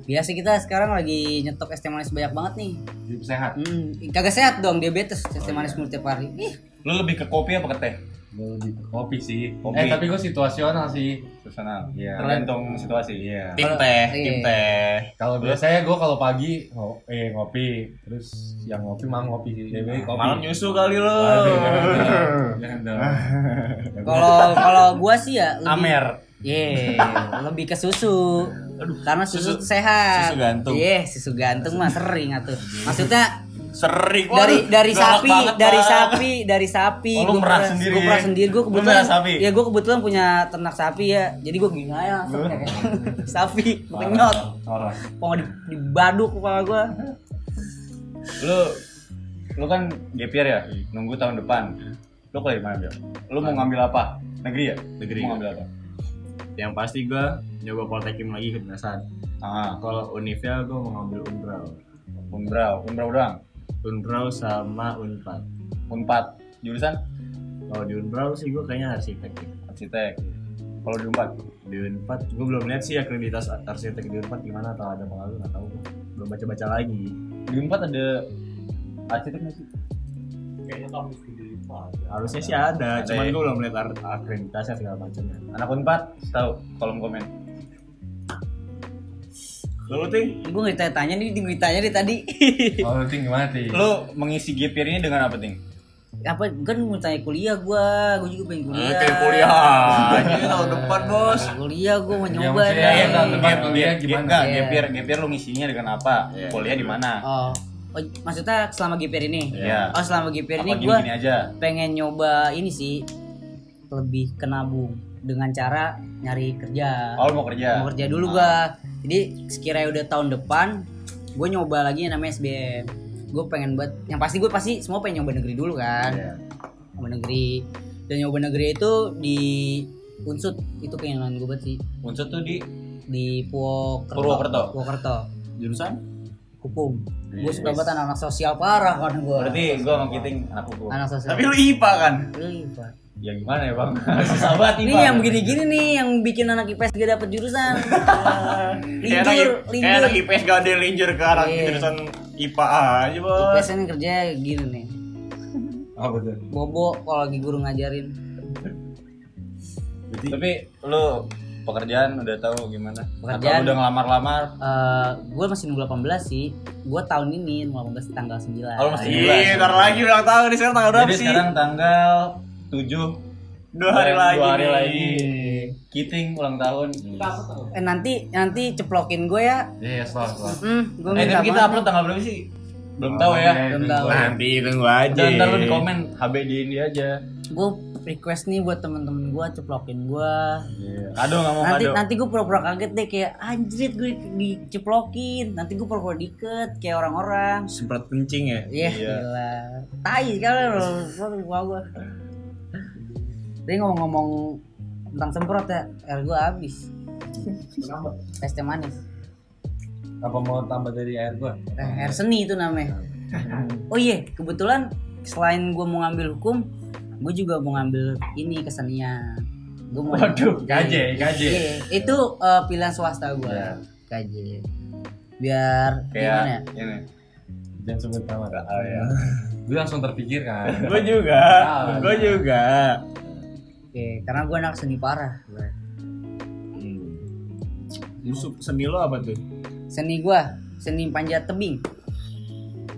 A: biasa kita sekarang lagi nyetok es teh manis banyak banget nih
B: hidup sehat
A: hmm, kagak sehat dong diabetes es teh manis mulu tiap hari ih
D: Lu lebih ke kopi apa ke teh?
B: gue lebih ke kopi sih
D: Kopi.
B: eh tapi gue situasional sih
D: Suasana.
B: Iya.
D: Tergantung situasi.
B: Iya.
D: Tim teh,
A: Iya.
D: tim teh.
B: Kalau biasanya gue kalau pagi ngo- eh ngopi, terus yang ngopi mah ngopi sih. Ya, baik, kopi.
C: Iya. Malam nyusu kali lu.
B: Aduh, jangan dong. Jangan dong.
A: kalau kalau gue sih ya lebih-
D: Amer.
A: Ye, lebih ke susu. Karena susu, tuh sehat.
C: susu gantung.
A: Ye, susu gantung mah sering atuh. Maksudnya dari
C: Sering. Waduh,
A: dari
C: galak
A: sapi,
C: banget,
A: dari
C: Bang.
A: sapi, dari sapi.
D: Oh, lu
A: Gua
D: merah
A: pernah-
D: sendiri.
A: Gua pernah sendiri. Gua
D: Lu
A: kebetulan
D: merah sapi?
A: Ya gua kebetulan punya ternak sapi ya. Jadi gua gini aja langsung. ya. sapi, kenyot.
B: Orang.
A: Mau di, dibaduk kepala gua.
D: Lu lu kan gapir ya? Nunggu tahun depan. Lu kuliah di mana, Bel? Lu mau ngambil apa? Negeri ya?
C: Negeri.
D: Mau ngambil apa?
C: yang pasti gue nyoba poltekim lagi ke dinasan
D: Ah,
C: kalau univnya gue mau ngambil unbrau
D: Umbra, Umbra doang.
C: unbrau sama unpad
D: Unpad. Jurusan
C: kalau di unbrau sih gue kayaknya arsitek deh.
D: arsitek. Kalau di Unpad
C: di unpad gue belum lihat sih akreditas arsitek di unpad gimana atau ada pengaruh nggak tahu gua. belum baca baca lagi
D: di Unpad ada arsitek nggak sih?
C: kayaknya kampus di harusnya sih ada,
D: Ada
C: cuman
D: ya?
C: gue belum lihat ar- akreditasnya segala ya. macamnya
D: Anak Unpad tahu kolom komen.
C: Lalu ting
A: Gue nggak ditanya nih, gue ditanya nih tadi.
B: Kalau penting gimana Oh, sih?
D: Lu mengisi gap year ini dengan apa, Ting?
A: Apa gue mau tanya kuliah gue, gue juga pengen
C: Eh,
A: kuliah.
C: Ini tahun depan bos.
A: Kuliah gue mau
B: Ya,
A: nyoba
B: maksudnya
A: nih.
B: yang tahun depan.
D: Gap-
B: kuliah
D: gap-
B: gimana?
D: Enggak,
A: Iya.
D: gap year, gap year lu ngisinya dengan apa?
C: Iya.
D: Kuliah di mana?
A: Oh, oh, maksudnya selama GPR ini?
D: Nah. Iya.
A: Oh selama GPR
D: Apa
A: ini gue
D: gini-gini aja?
A: pengen nyoba ini sih lebih ke nabung dengan cara nyari kerja.
D: Oh, Ah. lu mau kerja.
A: Mau kerja dulu gua. Jadi sekiranya udah tahun depan, gue nyoba lagi yang namanya SBM. Gue pengen buat, yang pasti gue pasti semua pengen nyoba negeri dulu kan,
C: Iya.
A: nyoba negeri. Dan nyoba negeri itu di Unsut itu keinginan gue banget sih
D: Unsur tuh di
A: di Purwokerto.
D: Purwokerto.
A: Purwokerto.
C: Jurusan?
A: Hukum. Gue
C: Yes.
A: suka banget anak-anak sosial parah kan gue.
D: Berarti gua sama Kiting anak hukum.
A: anak sosial.
C: Tapi lu IPA kan?
A: Ih, Pak.
D: Ya gimana ya, Bang? Susah banget
A: Ini
D: Bang.
A: yang begini-gini nih yang bikin anak IPS gak dapet jurusan.
C: Kayak anak,
A: linjur,
C: kayak anak
A: linjur.
C: IPS gak ada yang linjur ke arah
A: Iya.
C: jurusan IPA aja bos.
A: IPS ini kerja gini nih.
B: Apa tuh?
A: Bobo kalau lagi guru ngajarin.
C: Berarti
D: Tapi lu pekerjaan udah tahu gimana?
A: Pekerjaan.
D: Atau udah ngelamar-lamar?
A: Eh, gue masih nunggu 18 sih. Gue tahun ini nunggu 18 tanggal 9.
D: Oh, lu masih
C: Iya, ntar lagi ulang tahun nih sekarang tanggal berapa
D: Jadi
C: sih?
D: sekarang tanggal 7
C: Dua hari lagi.
D: Dua hari
C: nih.
D: lagi. Kiting ulang tahun.
A: Eh nanti nanti ceplokin gue ya.
B: Iya, iya, slow, slow.
A: Hmm, gue
D: Eh,
A: minta
D: tapi kita
A: maaf.
D: upload tanggal berapa sih? Belum tahu ya.
A: Belum tahu.
C: Nanti tunggu aja.
D: Jangan ntar lu di komen HB Iya. di ini aja.
A: Gue request nih buat temen-temen gue ceplokin gue.
D: Iya. Kado nggak mau
A: Nanti
D: kado.
A: nanti gue pura-pura kaget deh kayak anjrit gue diceplokin. Nanti gue pura-pura diket kayak orang-orang.
C: Semprot kencing ya.
A: Iya,
D: Iya.
A: gila. Tai sekali lu, gua gua. Tadi ngomong-ngomong tentang semprot ya, air gua habis. Es teh manis.
B: Apa mau tambah dari air gua?
A: Eh, air seni itu namanya. Oh iya, kebetulan selain gua mau ngambil hukum, gua juga mau ngambil ini kesenian. Gua mau
D: Waduh,
B: gaje, gaje.
A: Iya, itu eh, pilihan swasta
B: Iya.
A: gua. Gaje. Biar gimana ya?
D: Kayak ini.
B: Jangan sebut nama.
D: Oh, iya.
B: Gue langsung terpikir kan.
C: Gue ya. juga.
B: Tahu.
C: Gue juga.
A: Oke, karena gua anak seni parah.
D: Hmm.
C: Musuh seni lo apa tuh?
A: seni gua seni panjat tebing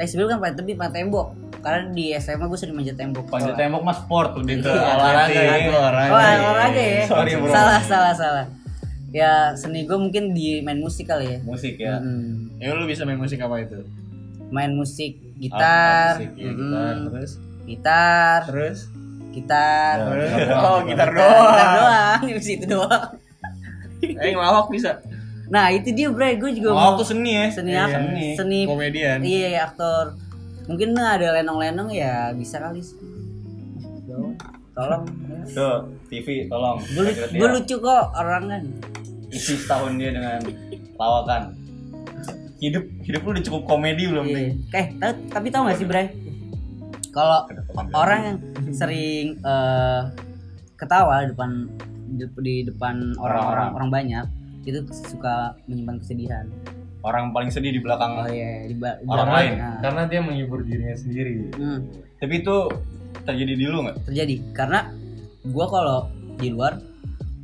A: eh sebelum kan panjat tebing panjat tembok karena di SMA gue sering manjat tembok
D: Panjat
A: Sekolah.
D: tembok mah sport lebih ke
A: Iya,
D: olahraga ya.
C: Atletik, olahraga.
A: oh olahraga ya
D: Sorry, bro.
A: salah salah salah ya seni gue mungkin di main musik kali ya
D: Musik ya.
A: Mm,
C: Ya lu bisa main musik apa itu?
A: main musik gitar
D: musik, ya,
A: mm,
D: gitar,
C: Terus?
A: gitar
C: Terus?
A: gitar
D: Ya.
C: Oh, gitar
A: gitar
C: doang.
A: doang di situ doang
C: Eh, ngelawak bisa.
A: nah itu dia bre gue juga
D: Oh,
A: mau
D: aku seni ya.
A: seni
D: Iya.
A: apa seni
C: Komedian.
A: iya iya, aktor mungkin ada lenong-lenong ya bisa kali sih Jauh. tolong ya.
D: Tuh, TV tolong.
A: gue lu-
D: Sekretariat.
A: gue lucu kok orang kan
D: Isi setahun dia dengan lawakan. Hidup hidup lu udah cukup komedi belum
A: Iya.
D: nih?
A: eh ta- tapi tau gak sih Bray kalau orang yang sering eh, ketawa di depan di- di depan orang-orang orang banyak itu suka menyimpan kesedihan
D: Orang paling sedih di
A: oh
D: belakang.
A: iya di ba- di
D: Orang
A: belakang.
D: lain,
A: Nah,
B: Karena dia menghibur dirinya sendiri.
A: hmm,
D: Tapi itu terjadi di lu nggak?
A: terjadi karena gue kalau di luar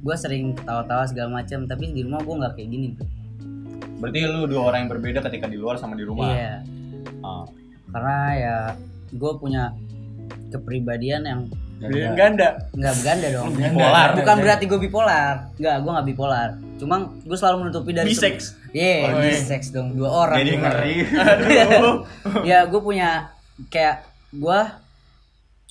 A: gue sering ketawa-tawa segala macam tapi di rumah gue nggak kayak gini Bray.
D: Berarti lu dua orang yang berbeda ketika di luar sama di rumah.
A: iya
D: Ah.
A: karena ya gue punya kepribadian yang
C: Dia ganda.
A: nggak berganda dong
D: Bipolar.
A: bukan berarti gue bipolar nggak gue nggak bipolar cuma gue selalu menutupi dari
C: Bisex.
A: yeah,
C: Oh, iya.
A: bisex dong dua orang
D: Jadi ngeri.
C: Aduh.
A: ya gue punya kayak gue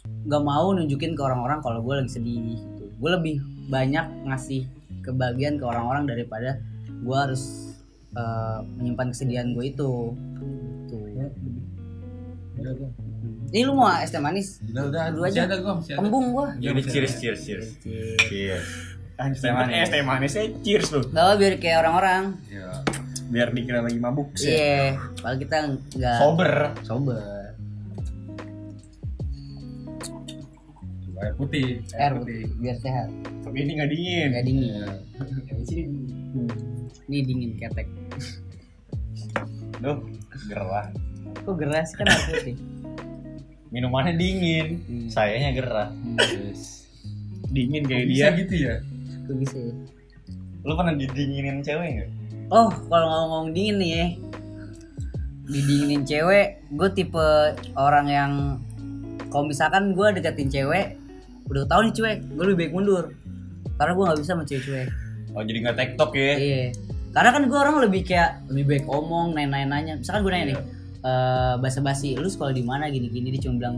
A: nggak mau nunjukin ke orang-orang kalau gue lagi sedih gitu gue lebih banyak ngasih kebahagiaan ke orang-orang daripada gue harus eh, menyimpan kesedihan gue itu tuh
B: Udah, Ya udah.
A: ini lu mau es teh manis
B: Udah, udah.
A: Dulu
B: Masih
A: aja.
B: ada gua, masih ada.
A: kembung gue
C: Iya.
D: Jadi cheers cheers cheers. Cheers.
C: Anjir,
D: Teh manis.
C: eh teh manisnya cheers loh.
A: Bawa biar kayak orang-orang.
B: ya
C: Biar dikira lagi mabuk
A: Iya. Kalau kita nggak
D: sober
A: sober.
B: air putih
A: Air putih biar sehat.
C: Tapi ini nggak dingin.
A: Nggak dingin. Iya, Hmm.
C: Yang di sini dingin.
A: Ini dingin ketek.
D: duh gerah
A: Kok geras kan air putih.
D: minumannya dingin
B: Hmm.
D: sayanya gerah
B: Yes.
C: Dingin kayak dia.
B: bisa gitu ya
A: Kok bisa ya?
D: lu pernah didinginin cewek nggak
A: Oh, kalau ngomong dingin nih ya. Didinginin cewek, gue tipe orang yang kalau misalkan gue deketin cewek, udah tau nih cewek, gue lebih baik mundur. Karena gue nggak bisa sama cewek-cewek.
D: oh jadi nggak tektok ya
A: Iya. Karena kan gue orang lebih kayak lebih baik omong, nanya-nanya. Misalkan gue nanya nih,
D: Iya.
A: eh basa-basi, lu sekolah di mana gini-gini dia cuma bilang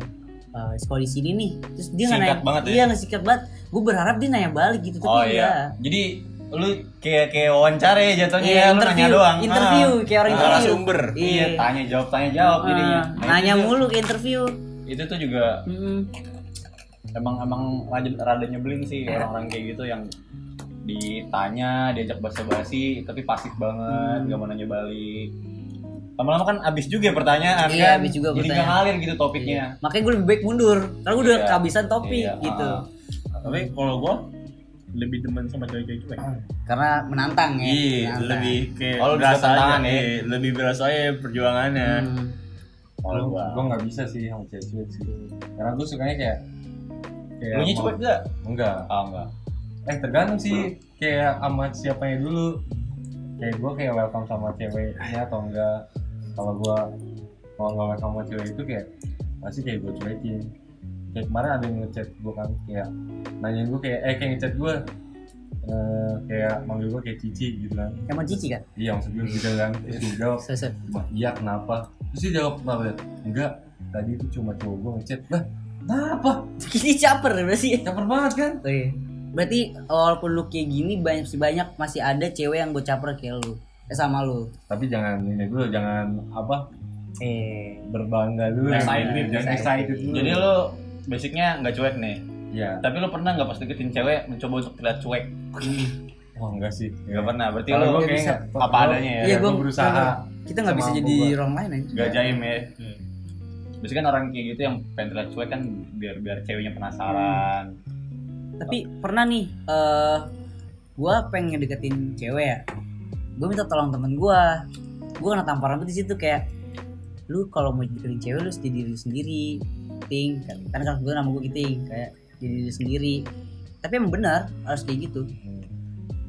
A: "Eh, sekolah di sini nih. Terus dia nggak
D: Singkat
A: nanya.
D: banget ya?
A: Iya, nggak singkat banget. Gue berharap dia nanya balik gitu, tapi
D: oh
A: iya.
D: iya jadi lu kayak kayak wawancara ya jatuhnya ya lu nanya
A: interview,
D: doang
A: interview kayak orang
D: Ah.
A: interview.
C: Narasumber.
D: Ah.
A: Iya.
D: iya tanya jawab tanya jawab jadinya
A: Ah,
D: Nah,
A: nanya
D: itu tuh-
A: mulu ke interview.
D: itu tuh juga
A: Mm-mm.
D: emang emang rada, rada nyebelin sih orang-orang kayak gitu yang ditanya diajak basa-basi tapi pasif
A: Hmm.
D: banget nggak mau nanya balik lama-lama kan abis juga pertanyaan
A: Iya,
D: kan
A: abis juga
D: jadi nggak
A: pertanyaan.
D: ngalir gitu topiknya
A: Iya. Makanya gue lebih baik mundur. Karena gue udah
D: Iya.
A: kehabisan topik
D: Iya,
A: gitu.
D: ah.
C: Tapi kalau gua lebih demen sama cewek-cewek cuek.
A: Karena menantang ya.
C: Iya,
A: menantang.
C: lebih kayak
D: Oh, lu bisa
C: berasa aja,
D: tantangan ya?
C: iya, lebih berasa ya perjuangannya.
A: Hmm.
C: Kalau
B: Kalau
C: gua
B: gua nggak bisa sih sama cewek sih. Karena gua sukanya kayak kayak
D: lu nya
B: Ya, mau-
D: cuek gak?
B: Enggak.
D: ah enggak
B: Eh tergantung sih kayak sama siapanya dulu. Kayak gua kayak welcome sama ceweknya atau enggak. Kalau gua kalau nggak welcome sama cewek itu kayak pasti kayak gua cuekin. Kayak kemarin ada yang ngechat gua kan kayak nanyain gua kayak eh kayak ngechat gua eh, kayak manggil gua kayak cici gitu kan
A: Emang cici kan?
B: iya maksud gua gitu kan terus gua jawab
A: Sese.
B: Bah, iya kenapa? Terus dia jawab kenapa? ya? Enggak, tadi itu cuma cowok gue ngechat. Lah, kenapa?
A: Cici caper
D: ya,
A: berarti sih.
B: Caper banget kan?
A: Oh, iya. Berarti walaupun lu kayak gini banyak sih banyak masih ada cewek yang gue caper kayak lu. Eh, sama lu.
B: Tapi jangan ini dulu, jangan apa
A: Eh.
B: berbangga dulu.
D: Excited,
B: jangan excited dulu.
D: jadi lu basicnya nggak cuek nih
B: Iya.
D: tapi lu pernah nggak pas deketin cewek mencoba untuk terlihat cuek
B: Oh enggak sih.
D: nggak pernah berarti lu
B: Kalau gue
A: nggak
B: kayaknya
A: bisa.
B: nggak-
D: apa
B: kalau-
D: adanya ya
B: Iya,
A: Iya,
B: gua
A: gua-
B: berusaha.
A: Kita nggak bisa
B: Sama
A: jadi
B: gua.
A: orang lain aja.
D: gak jaim ya
B: Hmm.
D: biasanya kan orang kayak gitu yang pengen terlihat cuek kan biar biar ceweknya penasaran
B: Hmm.
A: Tapi pernah nih eh gua pengen deketin cewek ya. Gua minta tolong temen gua. Gua kena tamparan tuh di situ kayak lu kalau mau deketin cewek lu jadi diri lu sendiri. Ting, kan kan kalau gua nama gua Giting kayak jadi diri sendiri. Tapi emang benar harus kayak gitu.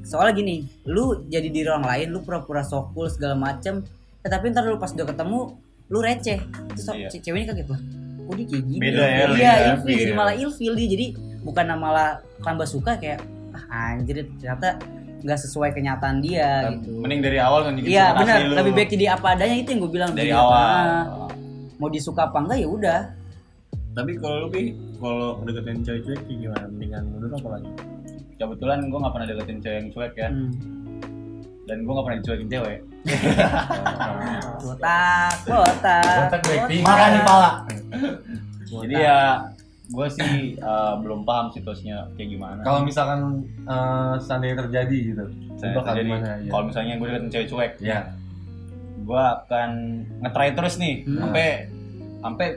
A: Soalnya gini, lu jadi diri orang lain, lu pura-pura sok cool segala macem Tetapi ntar lu pas udah ketemu, lu receh. Terus
D: Iya.
A: ce- ceweknya kaget lah. Kok dia kayak gini?
D: Beda ya, lu
A: Iya,
D: jadi
A: ilfil. Jadi
D: ilfil.
A: malah ilfil dia. Jadi bukan malah tambah suka kayak ah, anjir ternyata nggak sesuai kenyataan dia
D: Kan
A: gitu.
D: mending dari awal nunjukin
A: Iya
D: sifat asli
A: benar,
D: lu.
A: lebih baik jadi apa adanya itu yang gue bilang
D: dari
A: Jadi,
D: awal
A: ah, mau disuka apa enggak ya udah.
C: Tapi kalau lu Pi, kalau deketin cewek-cewek kayak gimana? Mendingan mundur apa lagi?
D: kebetulan gue gak pernah deketin cewek yang cuek ya
A: Hmm.
D: dan gue gak pernah dicuekin cewek
A: Botak, botak.
B: Botak Blackpink.
A: botak.
D: pala
B: Botak.
D: jadi ya gue sih eh, belum paham situasinya kayak gimana
B: Kalau misalkan eh, seandainya terjadi gitu.
D: Saya-
B: Coba
D: jadi,
B: gimana ya?
D: kalau misalnya gue deketin cewek cuek
B: Iya.
D: gue akan ngetry terus nih
A: Hmm.
D: sampai sampai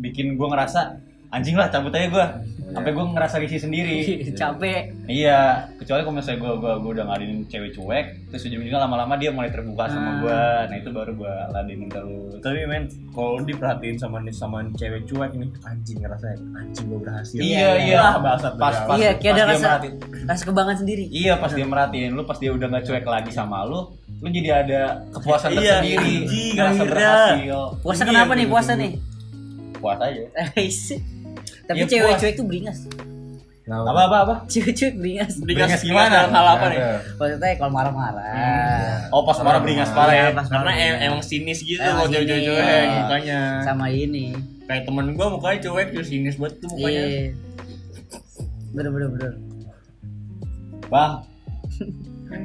D: bikin gue ngerasa anjing lah cabut aja gue
A: Iya.
B: Iya.
D: sampai gue ngerasa risih sendiri
A: Capek.
D: Iya, kecuali kalau misalnya gue gua, gua udah ngadain cewek cuek, terus ujung-ujungnya lama-lama dia mulai
A: Ah.
D: terbuka sama gua Nah itu baru gue ladenin terus.
C: Tapi men, kalau diperhatiin sama nih sama cewek cuek nih, anjing ngerasa anjing gua berhasil.
D: Iya,
A: iya.
C: Ah, bahasa
D: Pas pas,
A: Iya, kayak
D: pas
A: ada
D: dia
A: rasa-
D: merhatiin.
A: Kasih kebanggaan sendiri.
D: Iya, pas dia merhatiin lu, pas dia udah nggak cuek lagi sama lu, lu jadi ada kepuasan
C: Iya,
D: tersendiri,
C: anjing,
D: ngerasa
C: akhirnya.
D: berhasil.
A: Puasa
C: Iya,
A: kenapa nih
C: bener-bener.
A: puasa nih? Eh,
D: Puas aja.
A: Tapi
D: Ya,
A: cewek
D: puas.
A: cewek tuh beringas.
B: Nah,
D: Apa apa apa?
A: Cewek cewek beringas.
C: Beringas gimana? Hal apa nih?
A: Maksudnya kalau marah-marah.
D: Oh pas marah beringas parah ya.
A: Iya, pas
C: Karena
A: marah.
C: em emang sinis gitu
A: Emang
C: kalau cewek-cewek
A: sinis.
C: cuek mukanya.
A: sama ini.
C: Kayak temen gua mukanya cuek terus sinis banget tuh mukanya.
A: Iya. Bener bener bener.
D: Bang,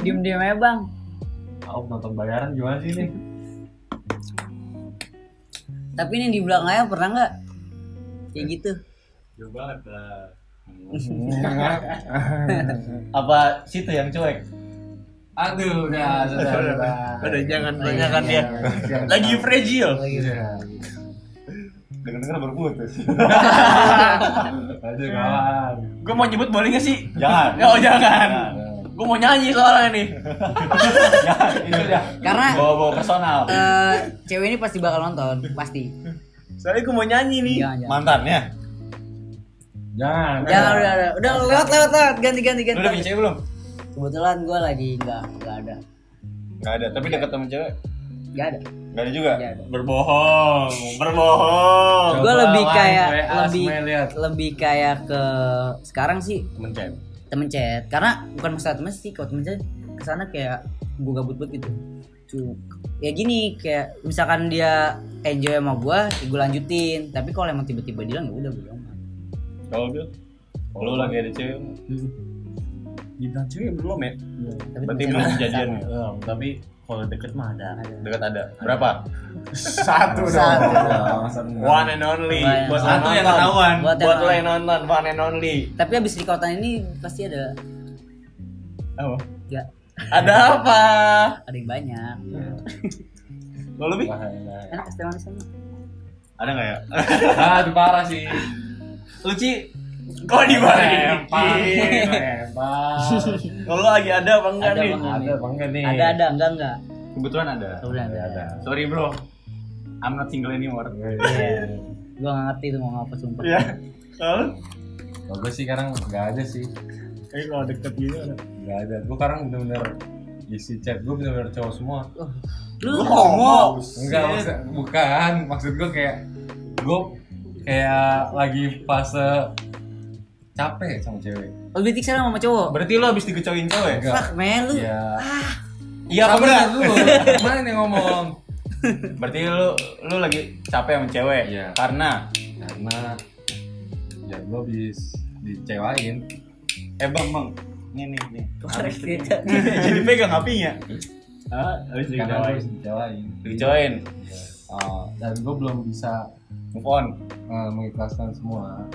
A: Diem diem ya bang.
B: Oh, nonton bayaran gimana sih nih?
A: Tapi ini di belakang ayah pernah nggak? Kayak gitu.
C: Jauh banget lah.
D: apa situ yang cuek
B: Aduh, udah, sudah,
C: Udah,
B: sudah.
C: udah, jangan
B: Iya,
C: tanyakan
B: iya,
C: dia.
B: iya.
C: Lagi fragile.
A: Lagi.
B: Iya.
D: dengar dengar berputus
B: Aduh, kawan.
C: Gue mau nyebut boleh gak sih?
D: jangan
C: Oh jangan. Gue mau nyanyi soalnya nih.
D: jangan itu dia
A: Karena
D: bawa bawa personal
A: eh, cewek ini pasti bakal nonton, pasti.
C: Soalnya gue mau nyanyi nih.
A: Jangan jangan.
D: mantannya
A: Jangan
B: Jangan.
A: Ya, udah udah, udah lewat lewat lewat ganti ganti
D: lu udah punya
A: ganti.
D: cewek belum
A: Kebetulan gue lagi nggak nggak ada
D: nggak ada tapi deket sama cewek
A: nggak ada
D: nggak ada juga
A: nggak ada.
C: Berbohong, berbohong.
A: Gue
B: Coba
A: lebih
B: lain,
A: kayak
B: WA
A: lebih
B: semuanya lihat.
A: lebih kayak ke sekarang sih
C: Temen cewek.
A: temen chat karena bukan masalah temen sih kalau temen chat kesana kayak gue gabut banget gitu Cu- ya gini kayak misalkan dia enjoy sama gue gue lanjutin tapi kalau emang tiba-tiba dia nggak udah gue
D: kalau Bill lu lagi ada cewek nggak?
C: Dibilang cewek belum ya?
D: berarti belum jadian ya?
C: Belum, tapi kalau deket mah ada.
D: deket ada berapa
C: Satu
A: Satu.
B: Udah, masa enggak?
C: One and only.
A: One and
C: Buat
A: only.
D: Satu yang
C: nonton.
D: ketahuan.
A: Buat yang
C: Buat lo
A: nonton.
C: yang nonton, one and only.
A: tapi abis di kota ini pasti ada
C: Apa?
A: nggak
C: Ada apa?
A: ada yang banyak
B: iya.
C: Lo lebih?
B: Wah, iya. enak.
A: enak pasti manis sama
D: ada nggak ya
B: Aduh, parah sih.
D: lu Ci
C: Kok dibalikin?
B: Lempar, lempar.
C: Kalau lo lagi ada apa enggak
A: Ada
C: nih?
A: apa enggak?
B: Ada apa enggak nih?
A: ada ada enggak enggak
D: kebetulan ada
A: kebetulan ada,
B: Ada.
D: sorry bro I'm not single anymore
A: gue nggak ngerti tuh mau ngapa sumpah
C: Iya. Kalau
B: Bagus sih sekarang nggak ada sih.
C: kayak kalau deket gitu ada.
B: Nggak ada. Gue sekarang bener-bener isi chat gue bener-bener cowok semua.
A: lu
C: Lu ngomong.
A: ngomong
B: Enggak, maksud, bukan. Maksud gue kayak gue kayak lagi fase capek sama cewek.
A: oh berarti sekarang sama cowok
D: berarti lu habis digecoin cewek
B: Enggak.
A: fuck Ya, man lu Ah,
B: Ya.
D: iya apa
B: Sabar
D: enggak
B: dulu. Mana yang ngomong?
D: Eh, berarti lu lu lagi capek sama cewek
B: Iya.
D: karena
B: Karena ya gue habis dicewain.
D: eh bang bang nih nih nih Habis
A: Harus
D: itu. jadi pegang apinya
C: Ah, habis itu
B: Karena gue
D: kan.
C: ketawain.
B: habis dicewain.
D: digecoin
B: Iya. Ah, dan gue belum bisa
D: move on
B: eh, mengikhlaskan semua.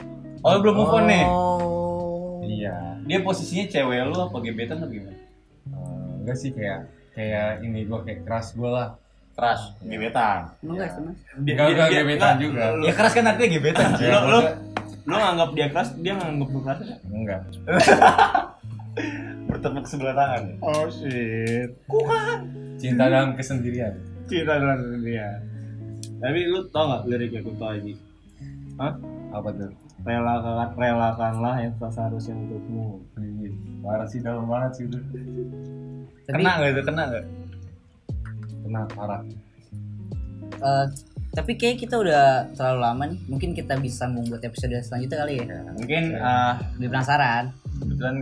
D: oh lu belum move on nih
A: oh
B: Iya.
D: dia posisinya cewek lu apa gebetan atau gimana
B: Eh, enggak sih kayak kayak ini gue kayak keras gue lah. Iya.
D: keras Iya. gebetan
A: Emang enggak sama
C: Dia-
B: Enggak,
C: dia-
B: enggak,
C: dia-
B: gebetan
C: enggak.
B: juga.
C: Lu-
D: ya keras kan artinya gebetan Ci.
C: Lu-
D: lu
C: lu- Lo nganggap dia keras, dia nganggap lu keras ya?
B: Enggak.
D: bertepuk sebelah tangan
C: Oh shit.
B: Cinta dalam kesendirian.
C: Cinta dalam dunia. Tapi lu tau gak liriknya Kunto Aji?
B: Apa tuh?
C: Relakan, relakanlah yang tak seharusnya untukmu.
B: Ih, Parah sih dalam banget sih itu.
A: tapi
D: kena nggak itu kena nggak
B: Kena parah.
D: Iya.
A: eh, tapi kayak kita udah terlalu lama nih mungkin kita bisa sambung buat episode selanjutnya kali ya
D: Iya. mungkin ah,
A: lebih penasaran
D: kebetulan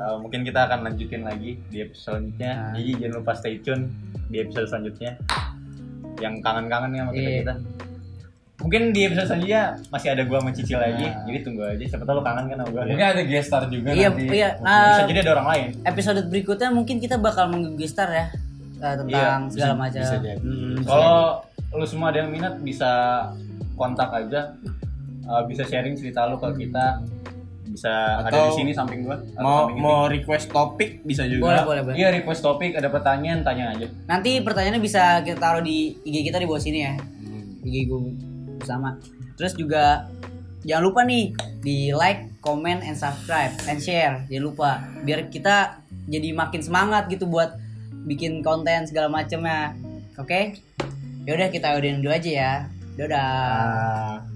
D: uh, mungkin kita akan lanjutin lagi di episode selanjutnya
A: Nah.
D: jadi jangan lupa stay tune di episode selanjutnya yang kangen-kangen ya sama kita
A: Iya.
D: kita mungkin di episode selanjutnya masih ada gua sama Cicil lagi
A: Nah.
D: jadi tunggu aja siapa tau lo kangen kan sama gua
B: Mungkin ada guest star juga
A: iya
B: nanti.
A: iya
D: bisa
A: eh,
D: jadi ada orang lain
A: episode berikutnya mungkin kita bakal menggegestar ya eh, tentang
D: Iya, bisa-
A: segala macam
B: bisa jadi.
A: Mm,
C: Oh,
D: kalau lu semua ada yang minat bisa kontak aja Uh, bisa sharing cerita lu ke kita bisa ada
C: Atau
D: di sini samping gua atau
C: Mau
D: samping
C: mau request topik bisa
A: bisa. boleh
C: juga.
A: boleh boleh
D: Iya request topik ada pertanyaan tanya aja
A: nanti pertanyaannya bisa kita taruh di IG kita di bawah sini ya IG gue bersama terus juga jangan lupa nih di like comment and subscribe and share jangan lupa biar kita jadi makin semangat gitu buat bikin konten segala macamnya oke yaudah kita udahin dulu aja ya dadah
C: Ah.